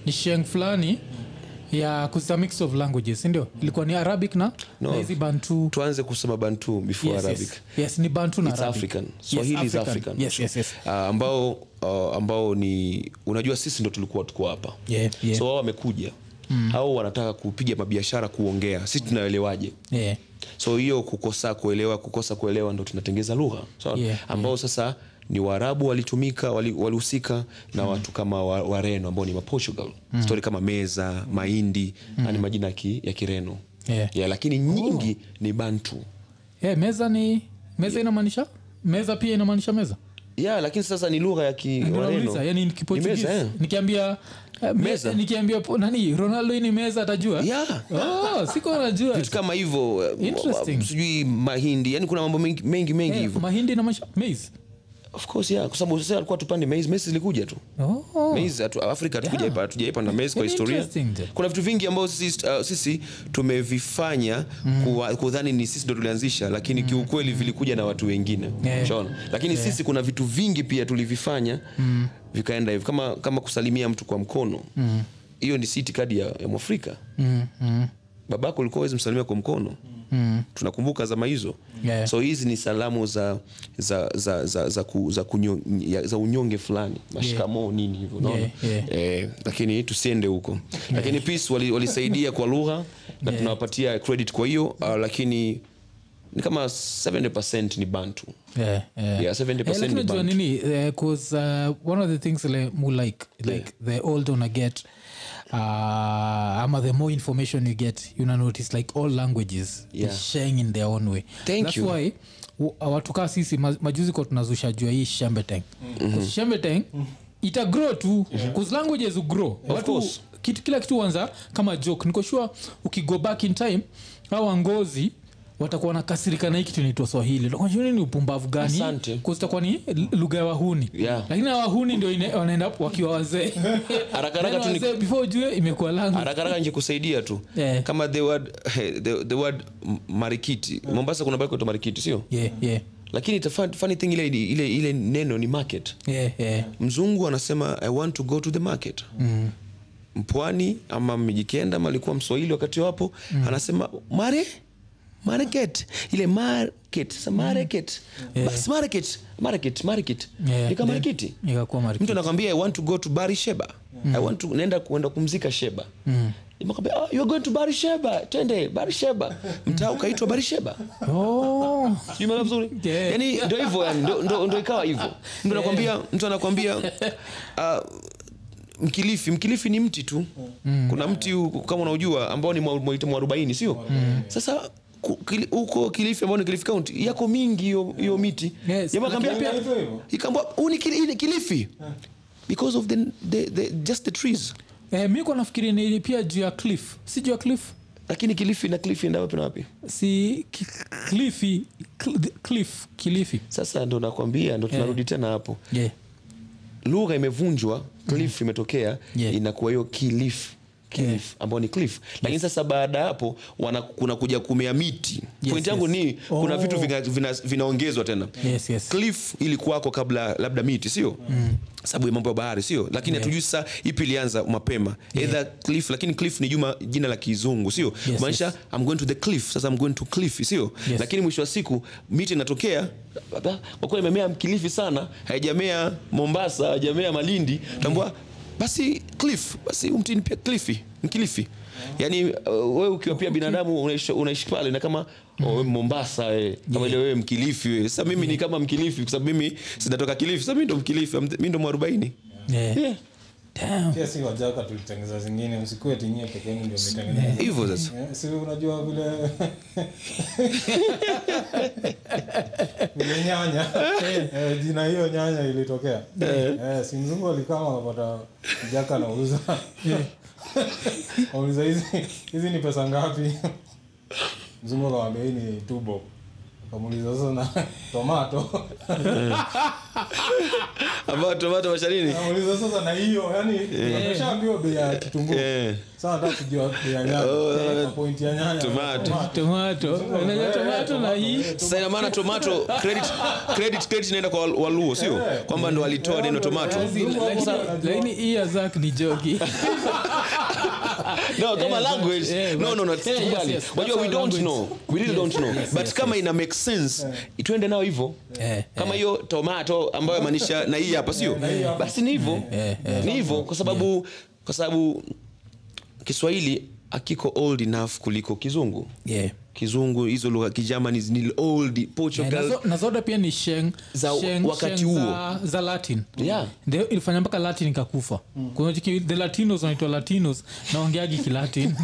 ni sheng fulani ya kusa mix of languages sindio ilikuwa ni arabic na
No.
na hizi bantu
tuanze kusema bantu before
yes,
arabic
yes. yes ni bantu na
It's
Arabic.
African.
Yes,
Swahili is
African.
African.
Yes, yes, yes.
Uh, ambao uh, ambao ni unajua sisi ndo tulikuwa tuko hapa
Yeah, yeah.
so wao wamekuja mm. au wanataka kupiga mabiashara kuongea sisi tunaelewaje
Yeah.
so hiyo kukosa kuelewa kukosa kuelewa ndo tunatengeza lugha so,
Yeah,
ambao sasa ni waarabu walitumika wali- walihusika na
Mm-hmm.
watu kama wa- wareno ambao ni maportugal mm. stori kama meza mahindi mm. ni majina ya ki- ya kireno
Yeah. Oh.
Yeah, lakini nyingi ni bantu
Eh, Yeah, meza ni meza inamaanisha meza pia inamaanisha meza
yeah, lakini sasa ni lugha ya
nauliza yani
Ni meza, eh.
kipochugis nikiambia eh, me-
Meza.
nikiambia po- nani ronaldo hii ni meza atajua
Yeah.
oh, siko najua
kitu kama hivyo eh,
Interesting.
sijui mahindi yani kuna mambo mengi mengi mengi
Eh,
hivyo
mahindi na masha maize
of course yeah kwa sababu sasa alikuwa tupande maize maize zilikuja tu
oh.
maize hatu, afrika hatujaipa- hatujaipanda maize kwa
Very
historia
interesting.
kuna vitu vingi ambavyo sisi, uh, sisi tumevifanya
Mm.
kuwa- kudhani ni sisi ndo tulianzisha lakini kiukweli vilikuja na watu wengine
Yeah. Mm.
Shaona? lakini sisi kuna vitu vingi pia tulivifanya vikaenda hivyo kama, kama kusalimia mtu kwa mkono hiyo ni si itikadi ya, ya mwafrika
mm, mm.
babako ulikuwa wezi msalimia kwa mkono mm. tunakumbuka zama hizo
Hmm. Yeah.
so hizi ni salamu za za za za, za, ku, za, kunyo, ya- za unyonge fulani mashikamoo nini hivyo unaona
Yeah, yeah.
eh, lakini tusiende huko lakini peace wali- walisaidia kwa lugha na tunawapatia credit kwa hiyo uh, lakini ni kama 70 ni bantu
Yeah, yeah.
Yeah, 70%
Eh, lakini
ni
unajua
bantu.
nini because uh, one of the things le, mu like like the older una get uh, ama the more information you get you notice like all languages
Yeah.
is sharing in their own way
Thank
That's
you.
why w- watu kaa uh, sisi ma- majuzi kwa tunazusha jua hii shembeteng
Mhm.
mm-hmm. shembeteng ita grow tu bcause languages will grow watu
course.
kitu, kila kitu huanza kama joke niko sure ukigo back in time hawa ngozi watakuwa nakasirika na hii kitu inaitwa swahili Watakuwa, ni upumbavu gani
Asante.
kuzitakuwa ni l- lugha ya wahuni
Yeah.
lakini hawa wahuni ndio ine- wanaenda wakiwa wazee
haraka
Yaani
haraka tu ni
wazee before ujue imekuwa langu
harakaraka nje kusaidia tu
Yeah.
kama the word, the, the word m- marikiti mombasa kuna bali kuitwa marikiti sio
yeah, yeah,
lakini the fun- funny thing ile, ile, ile neno ni market
yeah, yeah.
mzungu anasema i want to go to the market mm. mpwani ama mjikenda ama alikuwa mswahili wakati wapo mm. anasema mare market ile market sa market basi market market market
Yeah,
nika
then-
marikiti
ikakuwa
mtu
marikiti
anakwambia i want to go to bari sheba i want to naenda kuenda kumzika sheba mm. oh, you are going to bari sheba twende bari sheba mtaa ukaitwa bari sheba
oh.
Umeelewa vizuri
Yeah.
yani ndo hivyo yani ndo, ndo, ndo ikawa hivyo mtu anakwambia mtu anakwambia ah, mkilifi mkilifi ni mti tu
Mm.
kuna mti huu, kama unaujua ambao ni mwa- mwaita mwarobaini sio
Mm.
sasa ku- kili- huko kilifi ambao ni kilifi kaunti yako mingi hiyo hiyo miti
Yes.
Jamaa akaambia
Lakini
pia-
pia- ikaambia, huu ni Kili- hii ni kilifi because of the, the, the, just the trees
eh, mi kwa nafikiri ni pia juu ya cliff si juu ya cliff
lakini kilifi na kilifi enda wapi na wapi
si ki- cliffy cl- cliff kilifi
sasa ndo nakwambia ndo tunarudi tena hapo
yeah.
lugha imevunjwa cliff imetokea
Mm. Yeah.
inakuwa hiyo cliff cliff
Yeah.
ambao ni cliff lakini sasa baada ya hapo wana kuna kuja kumea miti
Yes,
point yangu
yes.
ni kuna
Oh.
vitu vina- vina- vinaongezwa tena
Yes, yes.
cliff ilikuwako kabla labda miti sio mm. sababu ya mambo ya bahari sio lakini hatujui sasa ipi ilianza mapema either cliff lakini cliff ni juma jina la kizungu sio
Yes,
maanisha
yes.
i'm going to the cliff sasa i'm going to cliff sio
Yes.
lakini mwisho wa siku miti inatokea baba, kwa kuwa imemea mkilifi sana haijamea mombasa haijamea malindi tambua basi cliff basi huu mti ni pia cliffi mkilifi yaani uh, wewe ukiwa pia binadamu unaishi, unaishi pale na kama oh, wewe mombasa we, kama ile wewe mkilifi we. sasa mimi ni kama mkilifi kwa sababu mimi sinatoka kilifi sasa mimi ndo mkilifi mimi ndo mwarobaini
Yeah.
Yeah.
pia si wajaka tulitengeneza zingine msikuwe tinyie pekeni ndio mmetengeneza
hivyo sasa
Eh, si unajua vile vile nyanya eh, jina hiyo nyanya ilitokea eh, si mzungu alikama akapata jaka anauza auliza hizi hizi ni pesa ngapi mzungu akamwambia hii ni tubo akamuuliza sasa na tomato
ambao tomato masharini
Nauliza sasa na hiyo yani nimeshaambiwa bei ya kitunguu
Eh.
sasa nataka kujua bei ya nyanya Na point ya nyanya
Tomato.
tomato unajua tomato na hii
sasa ina maana tomato credit credit credit inaenda kwa waluo sio kwamba ndo alitoa neno tomato
Lakini- lakini hii ya zak ni jogi
no kama
Eh,
language
eh,
no no no
eh, yes,
tukubali.
yes,
Wajua,
that's
we
our
don't
language.
know we really don't know but kama ina make sense tuende nao hivyo
Eh,
kama hiyo tomato ambayo maanisha na hii hapa sio basi ni hivyo ni hivyo kwa sababu kwa sababu kiswahili akiko old enough kuliko kizungu
yeah.
kizungu hizo lugha kijamani ni old
Na
portugal
zo- na zote pia ni sheng,
Za
sheng,
wakati
sheng
huo.
za, za latin
Yeah. Mm.
Ndio ilifanya mpaka latin ikakufa Kuna ki- the latinos wanaitwa latinos naongeagi kilatin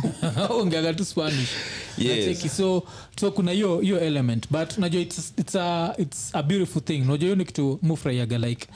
ongeaga tu spanish
Yes.
Nacheki. so, so kuna hiyo hiyo element but najua it's, it's, a, it's a beautiful thing najua hiyo ni kitu mufurahiaga like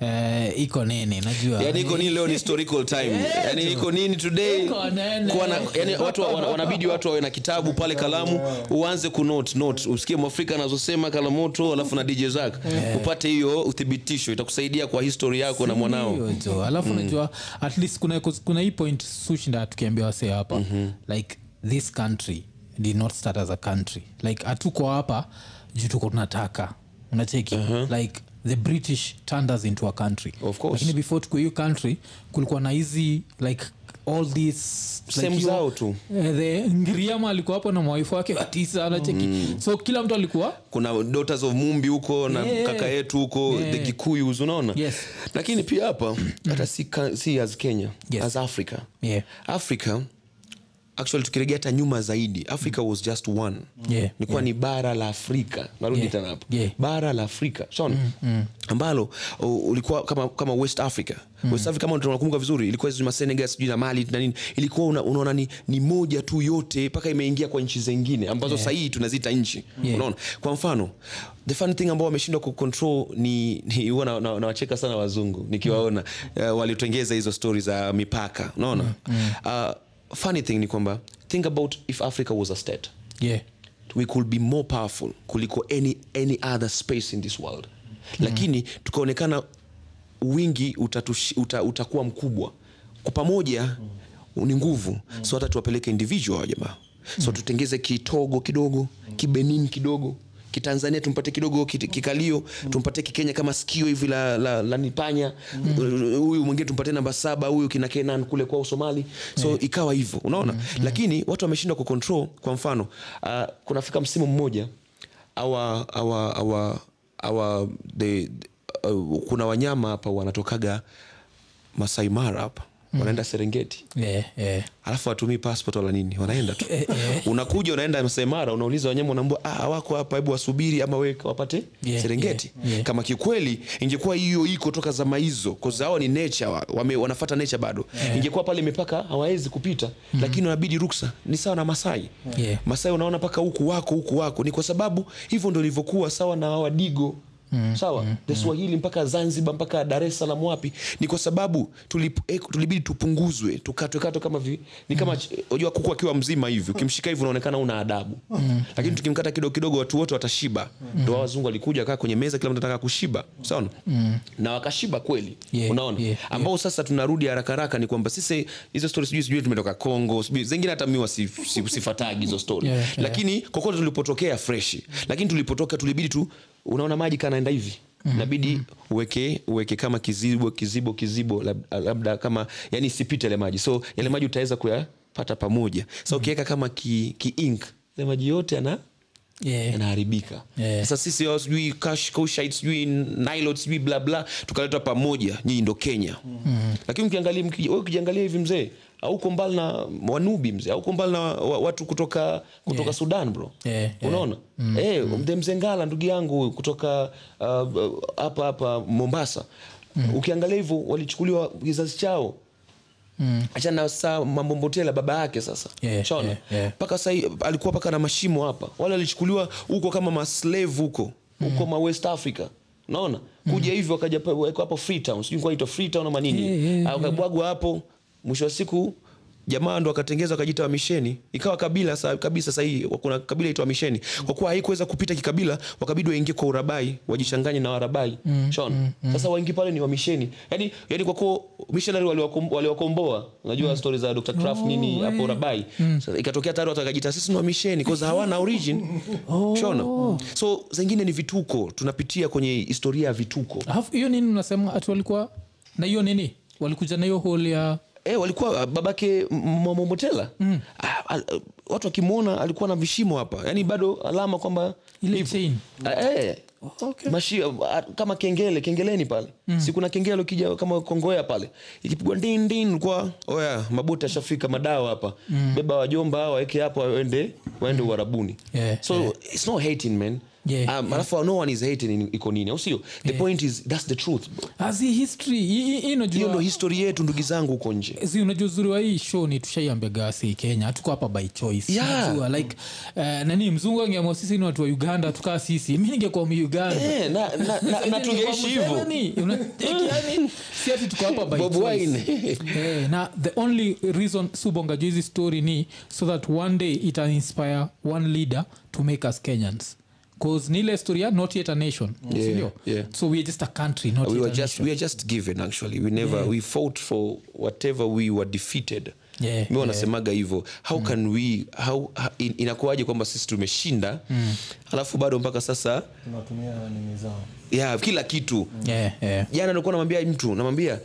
eh, iko nene najua
yani Yaani iko nini leo ni historical time yani iko nini today
Iko nene.
kuwa na, yani watu wa- wana- wanabidi watu wawe na kitabu pale kalamu uanze kunote note usikie mwafrika anazosema kalamoto alafu na dj zak upate hiyo uthibitisho itakusaidia kwa histori yako na mwanao
Hiyo tu. alafu
Mm.
unajua at least kuna, kuna hii point sushinda tukiambia wasee hapa
Mhm.
like this country did not start as a country like hatuko hapa juu tuko tunataka unacheki like the british turned us into a country
Uh-huh. Of course.
lakini before tuko hiyo country kulikuwa na hizi like all these like
Sehemu
hiyo-
zao tu.
eh, the ngiriama alikuwa hapo na mwaifu wake watisa anacheki
Mm.
so kila mtu alikuwa
kuna daughters of mumbi huko na
Yeah.
kaka yetu huko
Yeah.
the kikuyus unaona
Yes. Mm.
lakini pia hapa hata si, ka- si as kenya
Yes.
as africa
Yeah.
africa actually tukiregea hata nyuma zaidi africa was just one
Yeah.
nilikuwa ni bara la afrika narudi
Yeah.
tena hapo
Yeah. Mm,
bara la afrika shon ambalo u- ulikuwa kama, kama west africa
Mm.
west africa kama tunakumbuka vizuri ilikuwa zima senegal sijui na mali na nini ilikuwa una, unaona ni, ni moja tu yote mpaka imeingia kwa nchi zengine ambazo yeah. sahii tunaziita nchi
Yeah.
unaona kwa mfano the funny thing ambao wameshindwa kucontrol ni ni- huwa na- na- nawacheka sana wazungu nikiwaona
Mm.
uh, walitengeza hizo stori za mipaka unaona uh, funny thing ni kwamba think about if africa was a state
yeah
we could be more powerful kuliko any, any other space in this world lakini tukaonekana wingi utatushi, uta, utakuwa mkubwa kwa pamoja ni nguvu so hata tuwapeleke individual wa jamaa so tutengeze kitogo kidogo kibenin kidogo kitanzania tumpate kidogo ki- kikalio tumpate kikenya kama sikio hivi la, la, la nipanya huyu mwingine tumpatie namba saba huyu kina kenan kule kwao somali so ikawa hivyo unaona lakini watu wameshindwa kucontrol kwa mfano uh, kunafika msimu mmoja awa, awa, awa, awa, the, uh, kuna wanyama hapa wanatokaga Masai Mara hapa wanaenda serengeti
yeah yeah
alafu watumii passport wala nini wanaenda
Eh,
tu unakuja unaenda Masai Mara unauliza wanyama unaambua ah, hawako hapa hebu wasubiri ama wewe wapate
Yeah,
serengeti
yeah, yeah.
kama kikweli ingekuwa hiyo iko toka zama hizo kazao ni nature wa, wame, wanafata nature bado ingekuwa pale mipaka hawawezi kupita lakini wanabidi ruksa ni sawa na masai
Mm-hmm. Yeah.
masai unaona paka huku wako huku wako ni kwa sababu hivyo ndo ilivyokuwa sawa na wadigo Mm, sawa mm, the swahili mpaka zanzibar mpaka dar es salaam wapi ni kwa sababu tulip, eh, tulibidi tupunguzwe tukatwekatwe kama vi, ni kama ch- unajua kuku akiwa mzima hivi ukimshika hivi unaonekana una adabu mm, lakini tukimkata kidogo kidogo watu wote watashiba mm, ndo hawa wazungu walikuja wakaa kwenye meza kila mtu anataka kushiba sawa mm, na wakashiba kweli
Yeah,
unaona
yeah,
ambao sasa tunarudi haraka haraka ni kwamba sisi hizo stori sijui sijui tumetoka congo sijui zengine hata miwa si, si, sifatagi hizo stori
Yeah, yeah.
lakini kokote tulipotokea freshi lakini tulipotoka tulibidi tu unaona maji kanaenda hivi
Mm-hmm.
inabidi uweke uweke kama kizibo kizibo kizibo lab- labda kama yani isipite yale maji so yale maji utaweza kuyapata pamoja sa ukiweka kama ki, ki ink yale maji yote yana
yeah
yanaharibika
Yeah.
sasa sisi hao sijui Kash- Kushite, sijui nilot sijui blabla tukaletwa pamoja nyinyi ndo kenya lakini mkiangalia mkija- wewe ukijiangalia hivi mzee auko mbali na wanubi mzee auko mbali na wa- watu kutoka kutoka
Yeah.
sudan bro
Yeah, yeah.
unaona Eh, mzee mzengala ndugu yangu huyu kutoka uh, hapa hapa mombasa ukiangalia hivyo walichukuliwa kizazi chao achana saa mambombotela baba yake sasa
Yeah,
Shaona?
yeah, yeah.
paka sai alikuwa paka na mashimo hapa wale walichukuliwa huko kama maslave huko huko ma west africa naona kuja hivyo wakaja pa- wekwa hapo freetown sijui kuwa freetown ama nini
Mm. Yeah, yeah,
Ah, wakabwagwa hapo mwisho wa siku jamaa ndo akatengeza akajita wamisheni ikawa kabila sa, kabisa sahii kuna kabila itwa misheni kwa kuwa haikuweza kupita kikabila wakabidi waingie kwa urabai wajichanganye na warabai mm, mm, mm. sasa waingie pale ni wamisheni yani, yani kwa kuwa missionary waliwakom- waliwakomboa unajua mm. stori za dr craft nini hapo rabai Sasa ikatokea tayari watu wakajita sisi ni wamisheni koza hawana origin shona so zengine ni vituko tunapitia kwenye historia ya vituko
Alafu, hiyo nini unasema ati walikuwa na hiyo nini walikuja na hiyo hol ya
Eh, uh, e, walikuwa ah, babake M- M- mamomotela mm. al, watu akimwona alikuwa na vishimo hapa yani bado alama kwamba
Ile
ipo.
chain.
Ah, eh. Mashi, ah, kama kengele kengeleni pale
Mm.
si kuna kengele ukija kama kongoea pale ikipigwa dindin kwa oh oya maboti ashafika madawa hapa
Mm.
beba wajomba hawa weke hapo waende waende uharabuni
Yeah,
so it's not hating man
Yeah,
um, alafu no one is hating in- iko nini au sio the point is that's the truth bro.
hazi Ah, history Hii- hii- hii
hiyo
unajua
ndo histori yetu ndugu zangu huko nje
si unajua uzuri wa hii show ni tushaiambiaga si kenya tuko hapa by choice
Yeah.
Unajua, like uh, nani mzungu angeamua sisi ni watu wa uganda tukaa sisi mi ningekuwa muuganda
Eh, na, na, na, na tungeishi hivyo
siati tuko hapa by
Bob
choice.
Wine.
Eh, na the only reason subonga juu hizi story ni so that one day ita inspire one leader to make us kenyans cause ni ile story ya not yet a nation
Yeah,
sindio?
yeah.
so we are just a country not
we
yet
were
a
just
nation.
we are just given actually we never we fought for whatever we were defeated
Yeah,
mi wanasemaga hivyo how can we how ha- in- inakuwaje kwamba sisi tumeshinda alafu bado mpaka sasa
tunatumia nini zao
yeah, kila kitu
yeah, yeah.
jana nilikuwa namwambia mtu namwambia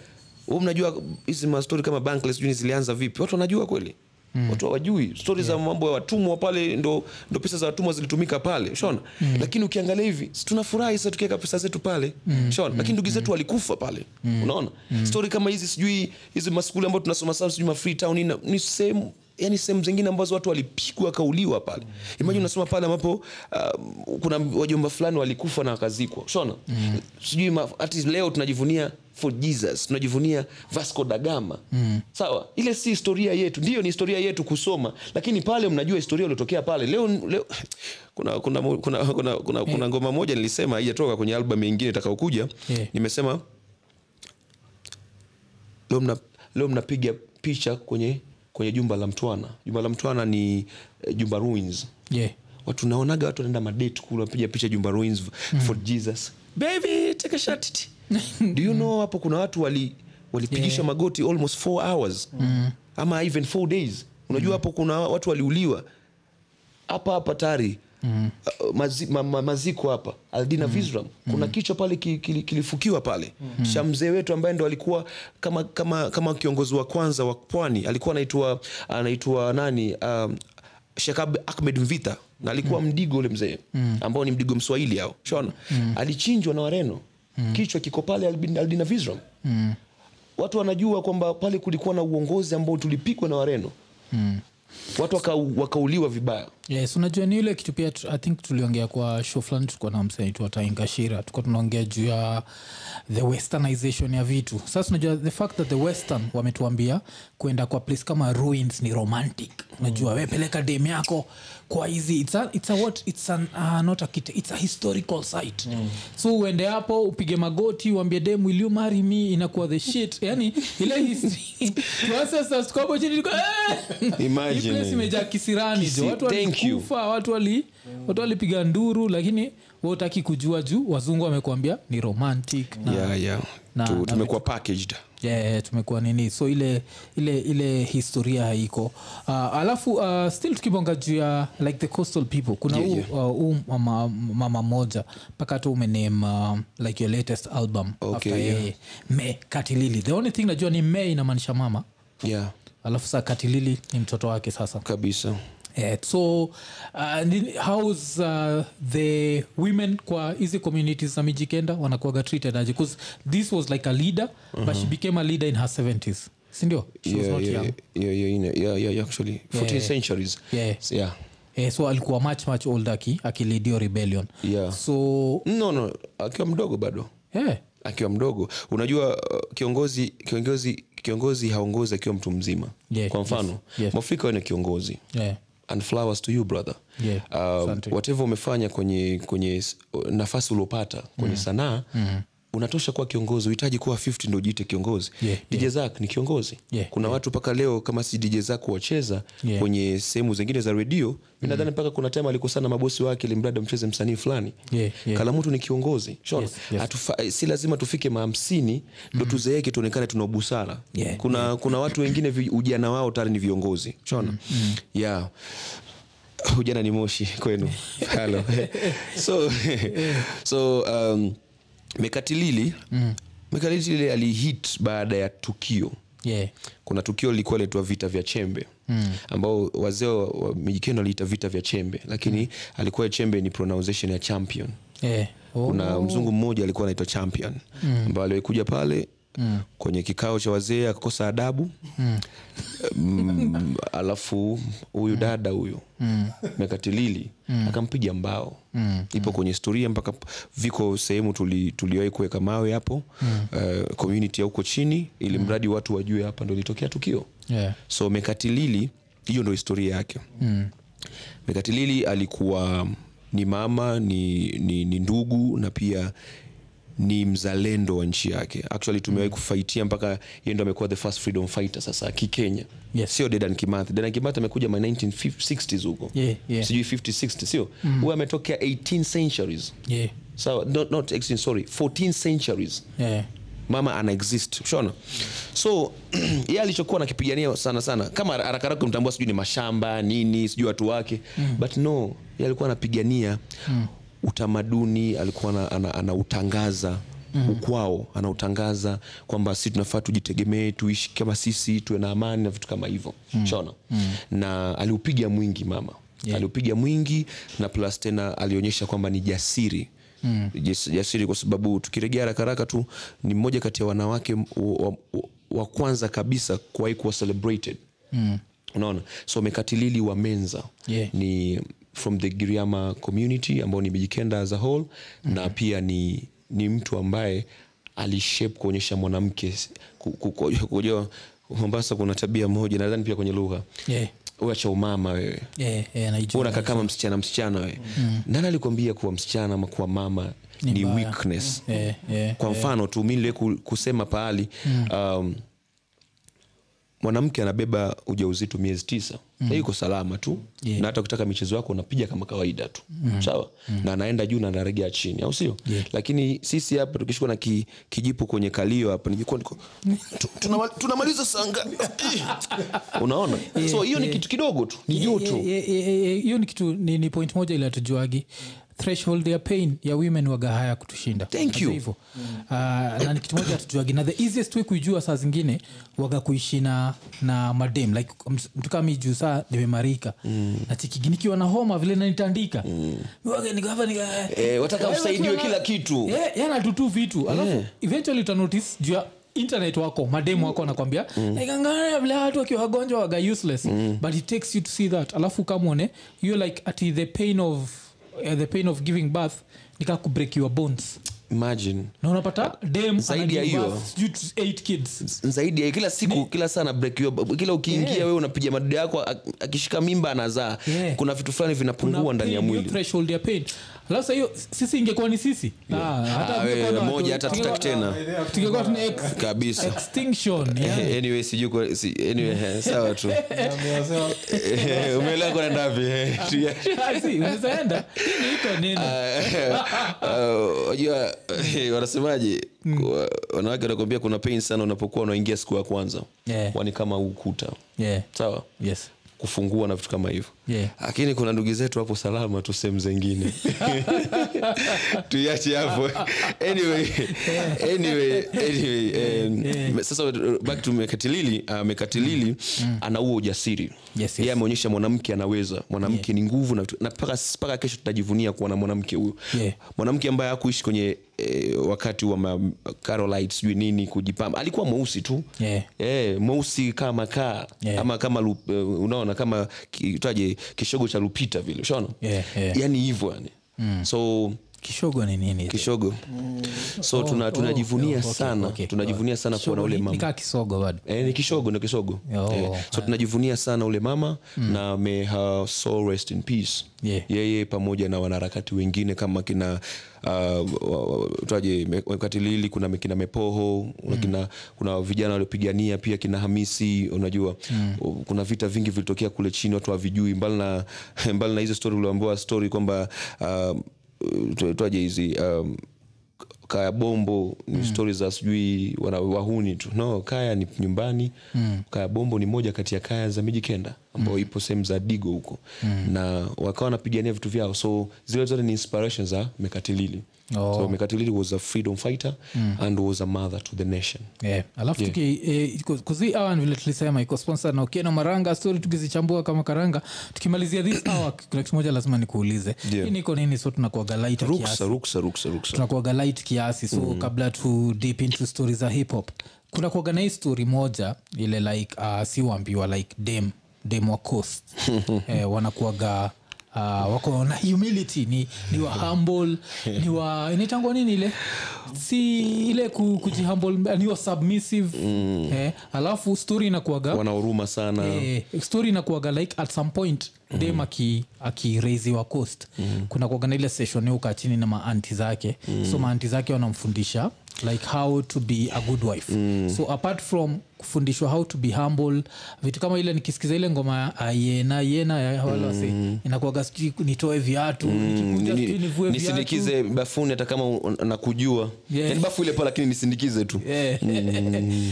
"Wewe mnajua hizi mastori kama Bankless sijui zilianza vipi watu wanajua kweli watu hawajui stori za mambo ya watumwa pale ndo, ndo pesa za watumwa zilitumika pale shona lakini ukiangalia hivi si tunafurahi sasa tukiweka pesa zetu pale shona lakini ndugu zetu walikufa pale unaona stori kama hizi sijui hizi maskuli ambayo tunasoma sasa sijui ma Freetown nini na- ni sehemu yani Yaani sehemu zingine ambazo watu walipigwa wakauliwa pale imagine unasoma pale ambapo um, kuna wajomba fulani walikufa na wakazikwa shona mm. sijui ma- hati leo tunajivunia for jesus tunajivunia vasco da gama mm. sawa ile si historia yetu ndiyo ni historia yetu kusoma lakini pale mnajua historia uliotokea pale leo, leo kuna, kuna, kuna, kuna, kuna, kuna, kuna ngoma moja nilisema haijatoka kwenye album ingine itakaokuja
Yeah.
nimesema leo, mna, leo mnapiga picha kwenye kwenye jumba la mtwana jumba la mtwana ni eh, jumba ruins
Yeah.
watu naonaga watu wanaenda madate kule wanapiga picha jumba ruins mm. for jesus baby take a shot at it. do you know hapo kuna watu wali walipigishwa magoti almost four hours mm. ama even four days unajua hapo kuna watu waliuliwa hapa hapa tari mm. mazi, ma, ma, maziko hapa aldina mm. visram kuna kichwa pale ki- kili- kilifukiwa pale mm. cha mzee wetu ambaye ndo alikuwa kama kama kama kiongozi wa kwanza wa pwani alikuwa anaitwa anaitwa nani um, Sheikh Ab- Ahmed Mvita na alikuwa mdigo ule mzee ambao ni mdigo mswahili hao shona alichinjwa na Wareno kichwa kiko pale Albin- Aldina Visram watu wanajua kwamba pale kulikuwa na uongozi ambao tulipigwa na Wareno watu wakau- wakauliwa vibaya
yes unajua ni ile kitu pia tu- i think tuliongea kwa show fulani tulikuwa na msanaitwa taingashira tulikuwa tunaongea juu ya the westernization ya vitu sasa unajua the fact that the western wametuambia kuenda kwa place kama ruins ni romantic unajua mm. wepeleka dem yako kwa hizi it's a, it's a what it's an, uh, not a kit, it's a historical site mm. so uende hapo upige magoti uambie dem will you marry me inakuwa the shit yani ile history tuanza tuko hapo chini tuko, eh!
Imagine.
Hii place imejaa kisirani jo
Kisi-
watu
thank you.
walikufa watu wali watu walipiga nduru lakini wautaki kujua juu wazungu wamekuambia ni romantic na
yeah, yeah.
na-
tu,
na
tumekuwa packaged
yeah, tumekuwa nini so ile ile ile historia haiko uh, alafu uh, still tukibonga juu ya like the coastal people kuna
Yeah,
huu
yeah.
Uh, huu mama, mama moja mpaka hata umename uh, like your latest album
Okay,
after
yeah.
yeye me katilili the only thing najua ni me inamaanisha mama
yeah,
alafu saa katilili ni mtoto wake sasa
kabisa
Yeah, Eh, so uh, ni- how's uh, the women kwa hizi communities za mijikenda wanakuaga treated aje bcause this was like a leader but she became a leader in her 70s sindio she was
Mhm. Yeah,
not
yeah,
young
yeah, yeah, ina- yeah, yeah, actually 14 centuries
Yeah.
So, yeah.
Eh, so alikuwa much much older aki akilidio rebellion
Yeah.
so
no no akiwa mdogo bado
yeah,
akiwa mdogo unajua uh, kiongozi kiongozi kiongozi haongozi akiwa mtu mzima
Yeah,
kwa mfano
yes, yes.
mwafrika ni kiongozi
yeah.
and flowers to you brother
Yeah,
um,
asante.
whatever umefanya kwenye kwenye s- uh, nafasi uliopata kwenye
Mm.
sanaa
Mm-hmm.
unatosha kuwa kiongozi uhitaji kuwa 50 ndo jiite kiongozi
Yeah,
dj Zack ni kiongozi
Yeah,
kuna watu mpaka leo kama si dj Zack wacheza
Yeah. Mm.
kwenye sehemu zingine za redio mi nadhani mpaka kuna time alikosana na mabosi wake ilimradi amcheze msanii fulani
Yeah, yeah.
kalamutu ni kiongozi Shona,
Yes, yes. Mm-hmm.
hatufa- eh, si lazima tufike mahamsini ndo tuzeeke tuonekane tuna busara
Yeah,
kuna, kuna watu wengine vi- ujana wao tayari ni viongozi shona
Mm-hmm.
yeah ujana ni moshi kwenu Halo. so, so
Mm.
um, mekatilili mekatilili alihit baada ya tukio
yeah.
kuna tukio lilikuwa linaitwa vita vya chembe mm. ambao wazee wa- wa mijikeno waliita vita vya chembe lakini mm. alikuwa chembe ni pronunciation ya champion
Yeah. Oh.
kuna mzungu mmoja alikuwa anaitwa champion mm. ambao alikuja pale mm. kwenye kikao cha wazee akakosa adabu mm. Mm, alafu huyu dada huyu mm. mekatilili mm. akampiga mbao mm. ipo kwenye historia mpaka p- viko sehemu tuli- tuliwahi kuweka mawe hapo mm. uh, community ya huko chini ili mradi watu wajue hapa ndo ilitokea tukio
Yeah.
so mekatilili hiyo ndo historia yake
Hmm.
mm. mekatilili alikuwa ni mama ni, ni, ni ndugu na pia ni mzalendo wa nchi yake actually
Hmm.
tumewahi kufaitia mpaka yeye ndo amekuwa the first freedom fighter sasa kikenya
Yes.
sio dedan kimathi dedan kimathi amekuja ma 1960s huko
Yeah, yeah. Hmm.
sijui 5060 sio mm. huyo ametokea 18 centuries
Yeah.
sawa not, not 18, sorry 14 centuries
Yeah.
mama ana exist shona so yeye alichokuwa nakipigania sana sana kama harakaraka mtambua sijui ni mashamba nini sijui watu wake mm. but no ye alikuwa anapigania mm. utamaduni alikuwa ana- ana- anautangaza ana Mm. ukwao anautangaza kwamba si tunafaa tujitegemee tuishi kama sisi tuwe na amani na vitu kama hivyo mm. shona mm. na aliupiga mwingi mama yeah. aliupiga mwingi na plus tena alionyesha kwamba ni jasiri mm. jasiri kwa sababu tukirejea haraka haraka tu ni mmoja kati ya wanawake m- wa, wa, wa kwanza kabisa kuwahi kuwa celebrated mm. unaona so mekatilili wa menza
Yeah.
ni from the giriama community ambao ni mijikenda as a whole mm. na pia ni, ni mtu ambaye alishape kuonyesha mwanamke ku- ku- ku- kujua mombasa kuna tabia moja nadhani pia kwenye lugha
Yeah.
uacha umama wewe
Yeah. Yeah. naijua.
unakaa kama msichana msichana we mm. nani alikwambia kuwa msichana ama kuwa mama ni, Mm. Eh,
mbaya.
weakness
Yeah. Yeah.
kwa mfano tu mi niliwahi ku- kusema pahali um, mwanamke anabeba ujauzito miezi tisa mm. yuko salama tu yeah. na hata ukitaka michezo yako unapiga kama kawaida tu mm. sawa mm. na anaenda juu na anaregea chini au sio yeah. lakini sisi hapa tukishikwa na ki, kijipo kwenye kalio hapa niko niko tu- tunama- tunamaliza saa ngapi unaona so hiyo ni kitu kidogo tu ni juu tu
Yeah, yeah, yeah, yeah, yeah. hiyo ni kitu ni, ni point moja ile atujuagi threshold ya pain ya women waga haya kutushinda
Thank
Najua
you.
hivyo uh, na ni kitu moja atujuagi na the easiest way kuijua saa zingine waga kuishi na na madem like ms- mtu kama hii juu saa nimemarika mm. nachikiginikiwa na homa vile nanitandika mm. waga nikava nika
Eh, wataka
Wewe
usaidiwe
ukiwa na-
kila kitu.
Yaani Yeah, yeah, na tutu vitu alafu eventually utanotice juu ya internet wako mademu wako anakwambia
Mm.
ikangana vile watu wakiwa wagonjwa waga useless but it takes you to see that alafu kamwone you like at the pain of eh, the pain of giving birth nika kubreak your bones
imagine
na unapata dem
Ah, Zaidi
ana give
ya hiyo.
birth sijui to eight kids
zaidi ya kila siku kila saa na break hiyo, kila ukiingia wewe unapiga madudu yako ak- akishika mimba anazaa
Yeah.
kuna vitu fulani
Una
vinapungua ndani ya
pain, hiyo
mwili
threshold ya pain alafu saa hiyo sisi ingekuwa ni sisi Ah, hata
Ah, wewe,
tungekuwa na watu-
moja hata
tungekuwa-
tutaki tena
tungekuwa tuna ex-
kabisa
extinction yeah.
anyway sijui kwa- si- anyway eh, sawa tu
Nimewasewa,
Eh, umeelewa kwenda ndapi eh,
Ah.
tu ya-
Si, unawezaenda Hii ni iko nini
Uh, wajua eh, wanasemaje
Hmm.
Kwa- wanawake wanakwambia kuna pain sana unapokuwa unaingia siku ya kwanza
Yeah.
kwani kama ukuta
yeah.
sawa
yes.
kufungua na vitu kama hivyo
Yeah.
lakini kuna ndugu zetu hapo salama tu sehemu zengine tuiache hapo anyway, anyway, anyway, em, sasa back to mekatilili uh, mekatilili ana huo ujasiri
Mm. yes.
yeye ameonyesha mwanamke anaweza mwanamke ni nguvu na vitu- na mpaka mpaka kesho tutajivunia kuwa na mwanamke huyo
Yeah.
mwanamke ambaye hakuishi kwenye eh, wakati wa ma- carolite sijui nini kujipamba alikuwa mweusi tu
Yeah.
eh, mweusi kama kaa
Yeah.
ama kama lu- eh, unaona kama ki- taje kishogo cha lupita vile ushaona
Yeah, yeah. Mm.
yani hivyo yani so
kishogo ni nini
kishogo so tuna,
oh,
tunajivunia
oh, okay,
sana
okay.
tunajivunia sana kuwa na ule mama
nikaa kisogo bado
Eh, ni kishogo ni kishogo
Oh, Mm.
eh, so tunajivunia sana ule mama na may her soul rest in peace
Yeah.
yeye pamoja na wanaharakati wengine kama kina uh, wa- wa- taje me- wakati lili kuna me- kina mepoho kuna
Mm.
kina, kuna vijana waliopigania pia kina hamisi unajua mm. kuna vita vingi vilitokea kule chini watu havijui mbali na mbali na hizo stori ulioambua stori kwamba uh, twaje hizi um, kaya bombo
Mm.
ni stori za sijui wana- wahuni tu no kaya ni nyumbani mm. kaya bombo ni moja kati ya kaya za miji kenda
Mm.
ambayo ipo sehemu za digo huko mm. na wakawa wanapigania vitu vyao so zile zote ni inspiration za mekatilili
Oh. Mm.
so mekatilili was a freedom fighter and was a mother to the nation
Yeah. alafu tuki- eh, ku- kuzi hour vile tulisema iko sponsored na ukieno maranga story tukizichambua kama karanga tukimalizia this hour kuna kitu moja lazima nikuulize
Yeah.
hii niko nini so tunakuaga light kiasi
ruksa ruksa ruksa ruksa
tunakuaga light kiasi so mm. kabla tu deep into story za hip hop kuna kuaga na hii story moja ile like uh, si wambiwa like dem dem wa coast eh, wanakuaga Uh, wako na humility ni, ni wa humble ni wa inaitangwa nini ile si ile ku, kujihumble ni wa submissive mm. eh, alafu story inakuaga
wana huruma sana
eh, story inakuaga like at some point mm. dem aki- akireiziwa cost mm. kuna kuaga na ile session ukaa chini na maanti zake mm. so maanti zake wanamfundisha like how to be a good wife mm. so apart from kufundishwa how to be humble vitu kama ile nikisikiza ile ngoma ya "Ah, ayena yena ya wale wase inakuaga sijui nitoe viatu nikikunja
Ni-
sijui nivue viatu
nisindikize Mm, bafuni hata kama un- nakujua
Yeah.
yani bafu ile pale lakini nisindikize tu
Yeah.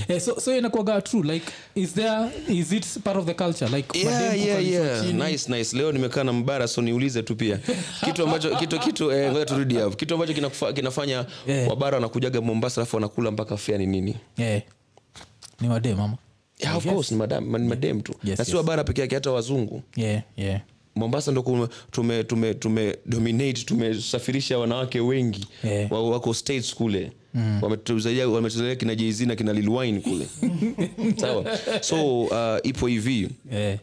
Eh, so, so inakuaga true like is there is it part of the culture like
Yeah,
madem
yeah,
kukalishwa
yeah. Nice, nice. leo nimekaa na mbara so niulize tu pia kitu ambacho kitu kitu eh, ngoja turudi hapo kitu ambacho kinakufa- kinafanya
Yeah.
wabara wanakujaga mombasa alafu wanakula mpaka fea ni nini
Eh. ni wade mama
yeah, of
Yes.
course, ni madam, ni madem tu
Yes,
na si
yes.
wabara peke yake hata wazungu
yeah, yeah.
mombasa ndo kume- tume tume tume dominate tumesafirisha wanawake wengi
Eh.
wa- wako states kule mm. wametuzalia wametuzalia kina jz na kina lilwine kule sawa so uh, ipo hivi
Eh.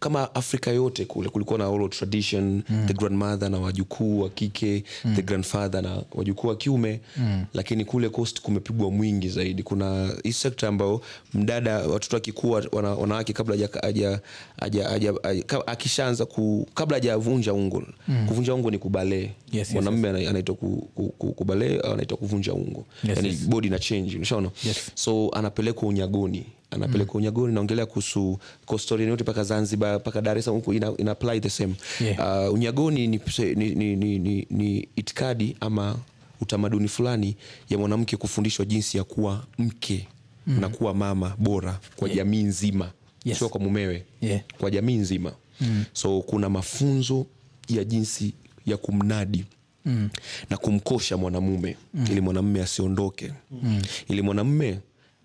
kama afrika yote kule kulikuwa na oral tradition mm. the grandmother na wajukuu wa kike mm. the grandfather na wajukuu wa kiume mm. lakini kule coast kumepigwa mwingi zaidi kuna hii sekta ambayo mdada watoto akikuwa wana- wanawake kabla haja- haja- haja- haja- haja- ka- akishaanza ku, kabla hajavunja ungo mm. kuvunja ungo ni kubalee
yes,
mwanamme ana- anaitwa ku, ku, ku, kubalee au anaitwa kuvunja ungo
Yes,
Yaani
yes.
body na change ushaona
Yes. Mm.
so anapelekwa unyagoni anapelekwa unyagoni naongelea kuhusu kostori yote mpaka zanzibar mpaka dar es salaam huku ina, ina apply the same
Yeah.
uh, unyagoni ni, ni, ni, ni, ni, ni itikadi ama utamaduni fulani ya mwanamke kufundishwa jinsi ya kuwa mke na kuwa mama bora kwa jamii nzima
Mm. Yes.
sio kwa mumewe
Yeah.
kwa jamii nzima mm. so kuna mafunzo ya jinsi ya kumnadi mm. na kumkosha mwanamume mm. ili mwanamume asiondoke mm. ili mwanamume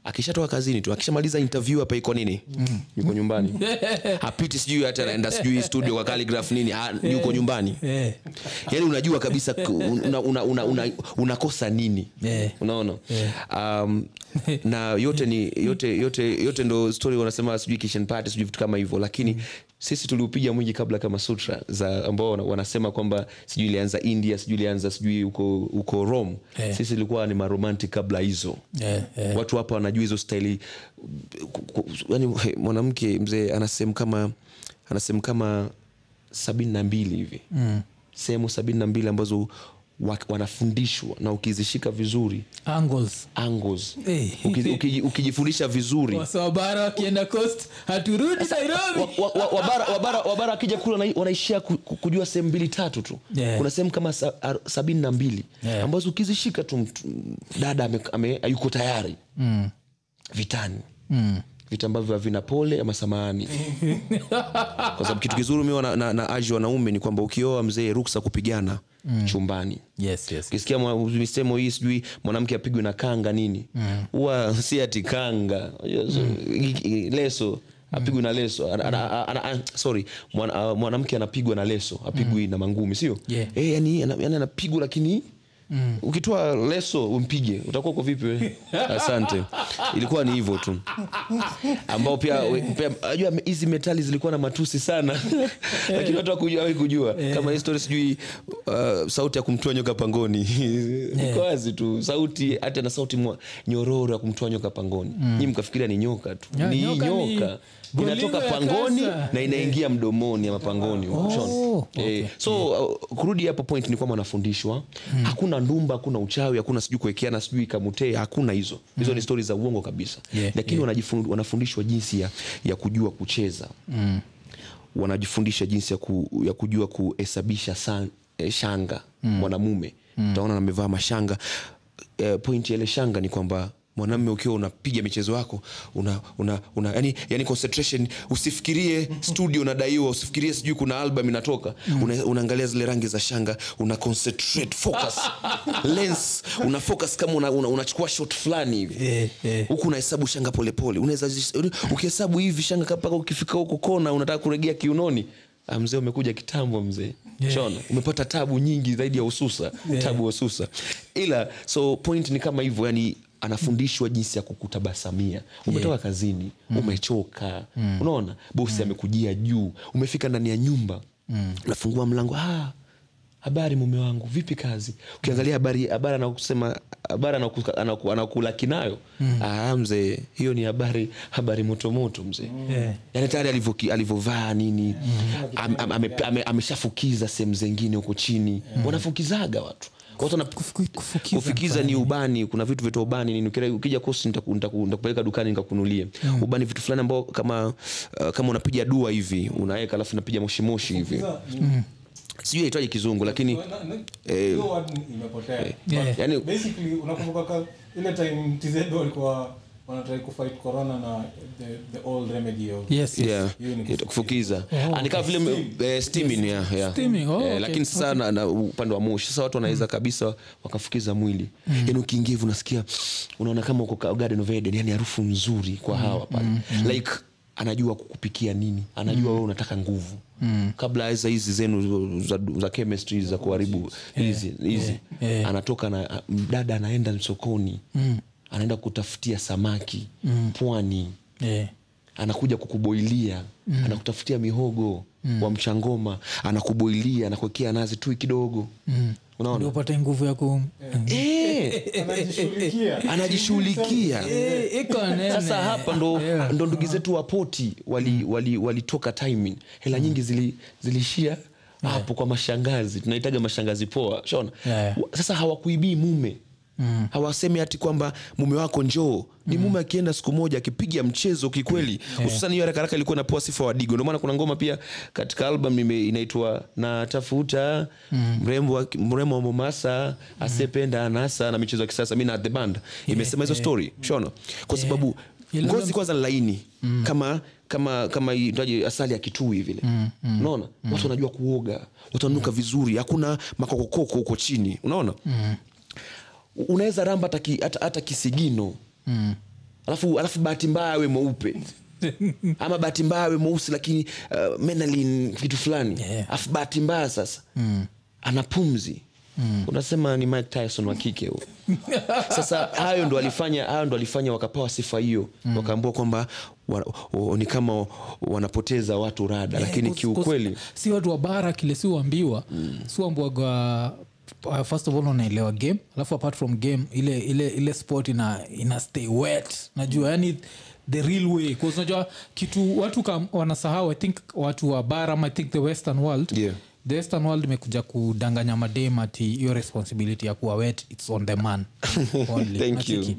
akishatoka kazini tu akishamaliza interview hapa iko nini mm. yuko nyumbani hapiti sijui hata anaenda sijui studio kwa calligraph nini ah, yuko nyumbani
Eh.
yani unajua kabisa k- una, una, una, una, unakosa nini
Yeah.
unaona um, na yote ni yote yote yote ndo story wanasema sijui kitchen party sijui vitu kama hivyo lakini
Mm.
sisi tuliupiga mwingi kabla kama sutra za ambao wana- wanasema kwamba sijui ilianza india sijui ilianza sijui huko huko rome
Yeah.
sisi ilikuwa ni maromantic kabla hizo
Eh, eh.
watu hapa wanajua hizo staili yani mwanamke mzee ana sehemu kama ana sehemu kama sabini na mbili hivi mm. sehemu sabini na mbili ambazo wa- wanafundishwa na ukizishika vizuri
Angles.
angles
Eh.
Ukizi- ukiji- ukijifundisha vizuri
wasawabara wakienda coast haturudi
wa-
nairobi
wa- wa- wabara- wabara- wabara akija kule wanai- wanaishia ku- ku- kujua sehemu mbili tatu tu
Yeah.
kuna sehemu kama sa, ar- sabini na mbili
Yeah.
ambazo ukizishika tu mtu- dada ame, ame, yuko tayari
Mm.
vitani mm vitu ambavyo havina pole ama samahani kwa sababu kitu kizuri umewa na, na, na aji wanaume ni kwamba ukioa mzee ruksa kupigana mm. chumbani
yes, yes.
ukisikia mwa- misemo hii sijui mwanamke apigwe na kanga nini huwa si ati kanga Yes, i- i- leso apigwe na leso Ana- ana- ana- ana- ana- sorry mwana- ah, mwanamke anapigwa na leso apigwi na mangumi sio
Yeah.
Eh, yani ana- yani anapigwa lakini ukitoa leso umpige utakuwa uko vipi we asante ilikuwa ni hivyo tu ambao pia we- pia- najua me- hizi metali zilikuwa na matusi sana lakini watu hawakuju- hawakujua
Eh.
kama hii story sijui uh, sauti ya kumtoa nyoka pangoni
Eh.
Iko wazi tu sauti hata na sauti mwa- nyororo ya kumtoa nyoka pangoni Nyinyi mkafikiria ni nyoka tu
Mm. Ya,
ni
nyoka
nyoka,
ni bolingo
inatoka
ya
pangoni
kansa. Eh. Oh,
na inaingia mdomoni ama pangoni ushoni.
okay. Mm.
Eh, so uh, kurudi hapo point ni kwamba anafundishwa hakuna ndumba hakuna uchawi hakuna sijui kuwekeana sijui kamutee hakuna hizo hizo ni stori za uongo kabisa
Mm. Yeah,
lakini wanajifun- wanafundishwa jinsi ya, ya kujua kucheza wanajifundisha jinsi ya, ku, ya kujua kuhesabisha sa- eh, shanga mwanamume utaona mm. amevaa mashanga e, pointi ya ile shanga ni kwamba mwanamme ukiwa unapiga michezo yako una, una, una, yani, yani concentration usifikirie studio unadaiwa usifikirie sijui kuna album inatoka una, unaangalia zile rangi za shanga una concentrate focus lens una focus kama unachukua una, unachukua shot fulani hivi
Eh, eh.
huku unahesabu shanga polepole unaweza ukihesabu hivi shanga ka- mpaka ukifika huko kona unataka kuregea kiunoni Ah, mzee umekuja kitambo mzee shona umepata tabu nyingi zaidi ya hususa tabu hususa ila so point ni kama hivyo yani anafundishwa jinsi ya kukutabasamia umetoka kazini umechoka unaona bosi amekujia juu umefika ndani ya nyumba nafungua mlango ah, habari mume wangu vipi kazi ukiangalia habari habari anakusema habari anaku- anaku- anakulaki nayo
Hmm.
ah, mzee hiyo ni habari habari motomoto mzee yani tayari alivyoki- alivyovaa nini
Hmm.
am- am- ame- ame- ameshafukiza sehemu zingine huko chini wanafukizaga watu watu wana-
Hmm. Kufu- kufukiza
kufikiza ni ubani kuna vitu vya ubani nini Ukira- ukija kosi nitaku- nitaku- nitakupeleka dukani nikakunulie
Hmm.
ubani vitu fulani ambao kama uh, kama unapiga dua hivi unaweka alafu unapiga moshimoshi hivi sijui aitwaje kizungu lakini eh,
hiyo word ni- imepotea
Yeah.
yani
basically unakumbuka ka- ile time tz walikuwa wanatrai kufight corona na the, the old remedy of
Yes, yes.
yeah,
Hiyo ni
ita- kufukiza anikaa vile eh, steaming, yeah, yeah.
Steaming, oh,
Eh,
okay, Mm.
lakini sasa na- na upande wa moshi sasa watu wanaweza kabisa wakafukiza mwili yani ukiingia hivi unasikia unaona kama uko ka- Garden of Eden yani harufu nzuri kwa hawa
Mm,
pale like anajua kukupikia nini anajua wewe unataka nguvu
Mm.
kabla hiza hizi zenu za, za chemistry za
Oh,
kuharibu hizi hizi anatoka na mdada anaenda sokoni
Mm.
anaenda kutafutia samaki pwani
Eh.
anakuja kukuboilia mm. anakutafutia mihogo mm. wa mchangoma anakuboilia anakuekea nazi tui kidogo mm. unaona
Ndio upate nguvu ya ku
Eh,
Anajishughulikia.
anajishughulikia
Eh, iko nene.
sasa hapa ndo,
Yeah.
ndo ndugu zetu wapoti
Mm.
walitoka wali, wali timing hela nyingi zili- ziliishia hapo kwa mashangazi tunahitaga mashangazi poa shona
Yeah.
Wa- sasa hawakuibii mume Mm. hawasemi hati kwamba mume wako njoo
Mm.
ni mume akienda siku moja akipiga mchezo kikweli hususan hiyo haraka haraka ilikuwa inapewa sifa wadigo ndio maana kuna ngoma pia katika album ime- inaitwa natafuta
Mm.
mrembo wa- mrembo wa momasa asiyependa anasa na michezo ya kisasa mi na the band imesema hizo story
Mm.
shono kwa sababu
Ile
ngozi kwanza ni laini kama kama kama hii, tunaje, asali ya kitui vile unaona watu wanajua kuoga watu wananuka vizuri hakuna makokokoko huko chini unaona unaweza ramba hata ki- hata- hata kisigino alafu alafu bahati mbaya awe mweupe ama bahati mbaya awe mweusi lakini uh, menalin kitu fulani
Yeah. Hmm.
alafu bahati mbaya sasa ana pumzi unasema ni mike tyson wa kike huo sasa hayo ndo alifanya hayo ndo alifanya wakapewa sifa hiyo
Hmm.
wakaambua kwamba wa, wa, ni kama wanapoteza watu rada lakini
kus-
kiukweli Mm.
kus- Eh, si watu wa bara kile si uambiwa si uambiwaga uh, first of all unaelewa game alafu apart from game ile ile ile sport ina, ina stay wet najua yani the real way 'Cause unajua kitu watu kam, wanasahau i think watu wa bara ama i think the western world
Yeah.
the western world imekuja kudanganya madem ati hiyo responsibility ya kuwa wet its on the man only
Thank you. Mm.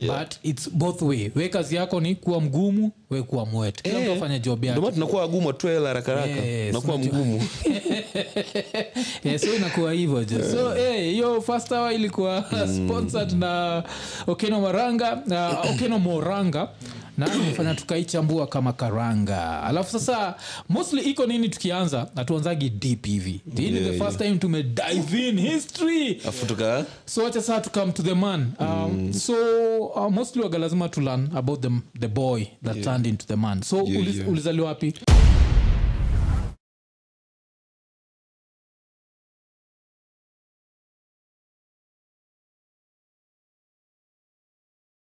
Unacheki? but its both way we kazi yako ni kuwa mgumu we kuwa mwet
Eh.
kila mtu afanye job yake
ndomana tunakuwa wagumu atue hela haraka haraka
Yes,
unakuwa
unajua.
mgumu
yeah, Eh, so inakuwa hivyo jo so eh, hiyo first hour ilikuwa sponsored
Mm.
na okeno maranga na okeno moranga na imefanya tukaichambua kama karanga alafu sasa mostly iko nini tukianza hatuanzagi deep hivi hii ni the first time tume dive in history
afu tuka
so wacha saa to come to the man um,
Mm.
so uh, mostly waga lazima to learn about the, the boy that turned into the man so uliz,
yeah.
ulizaliwa wapi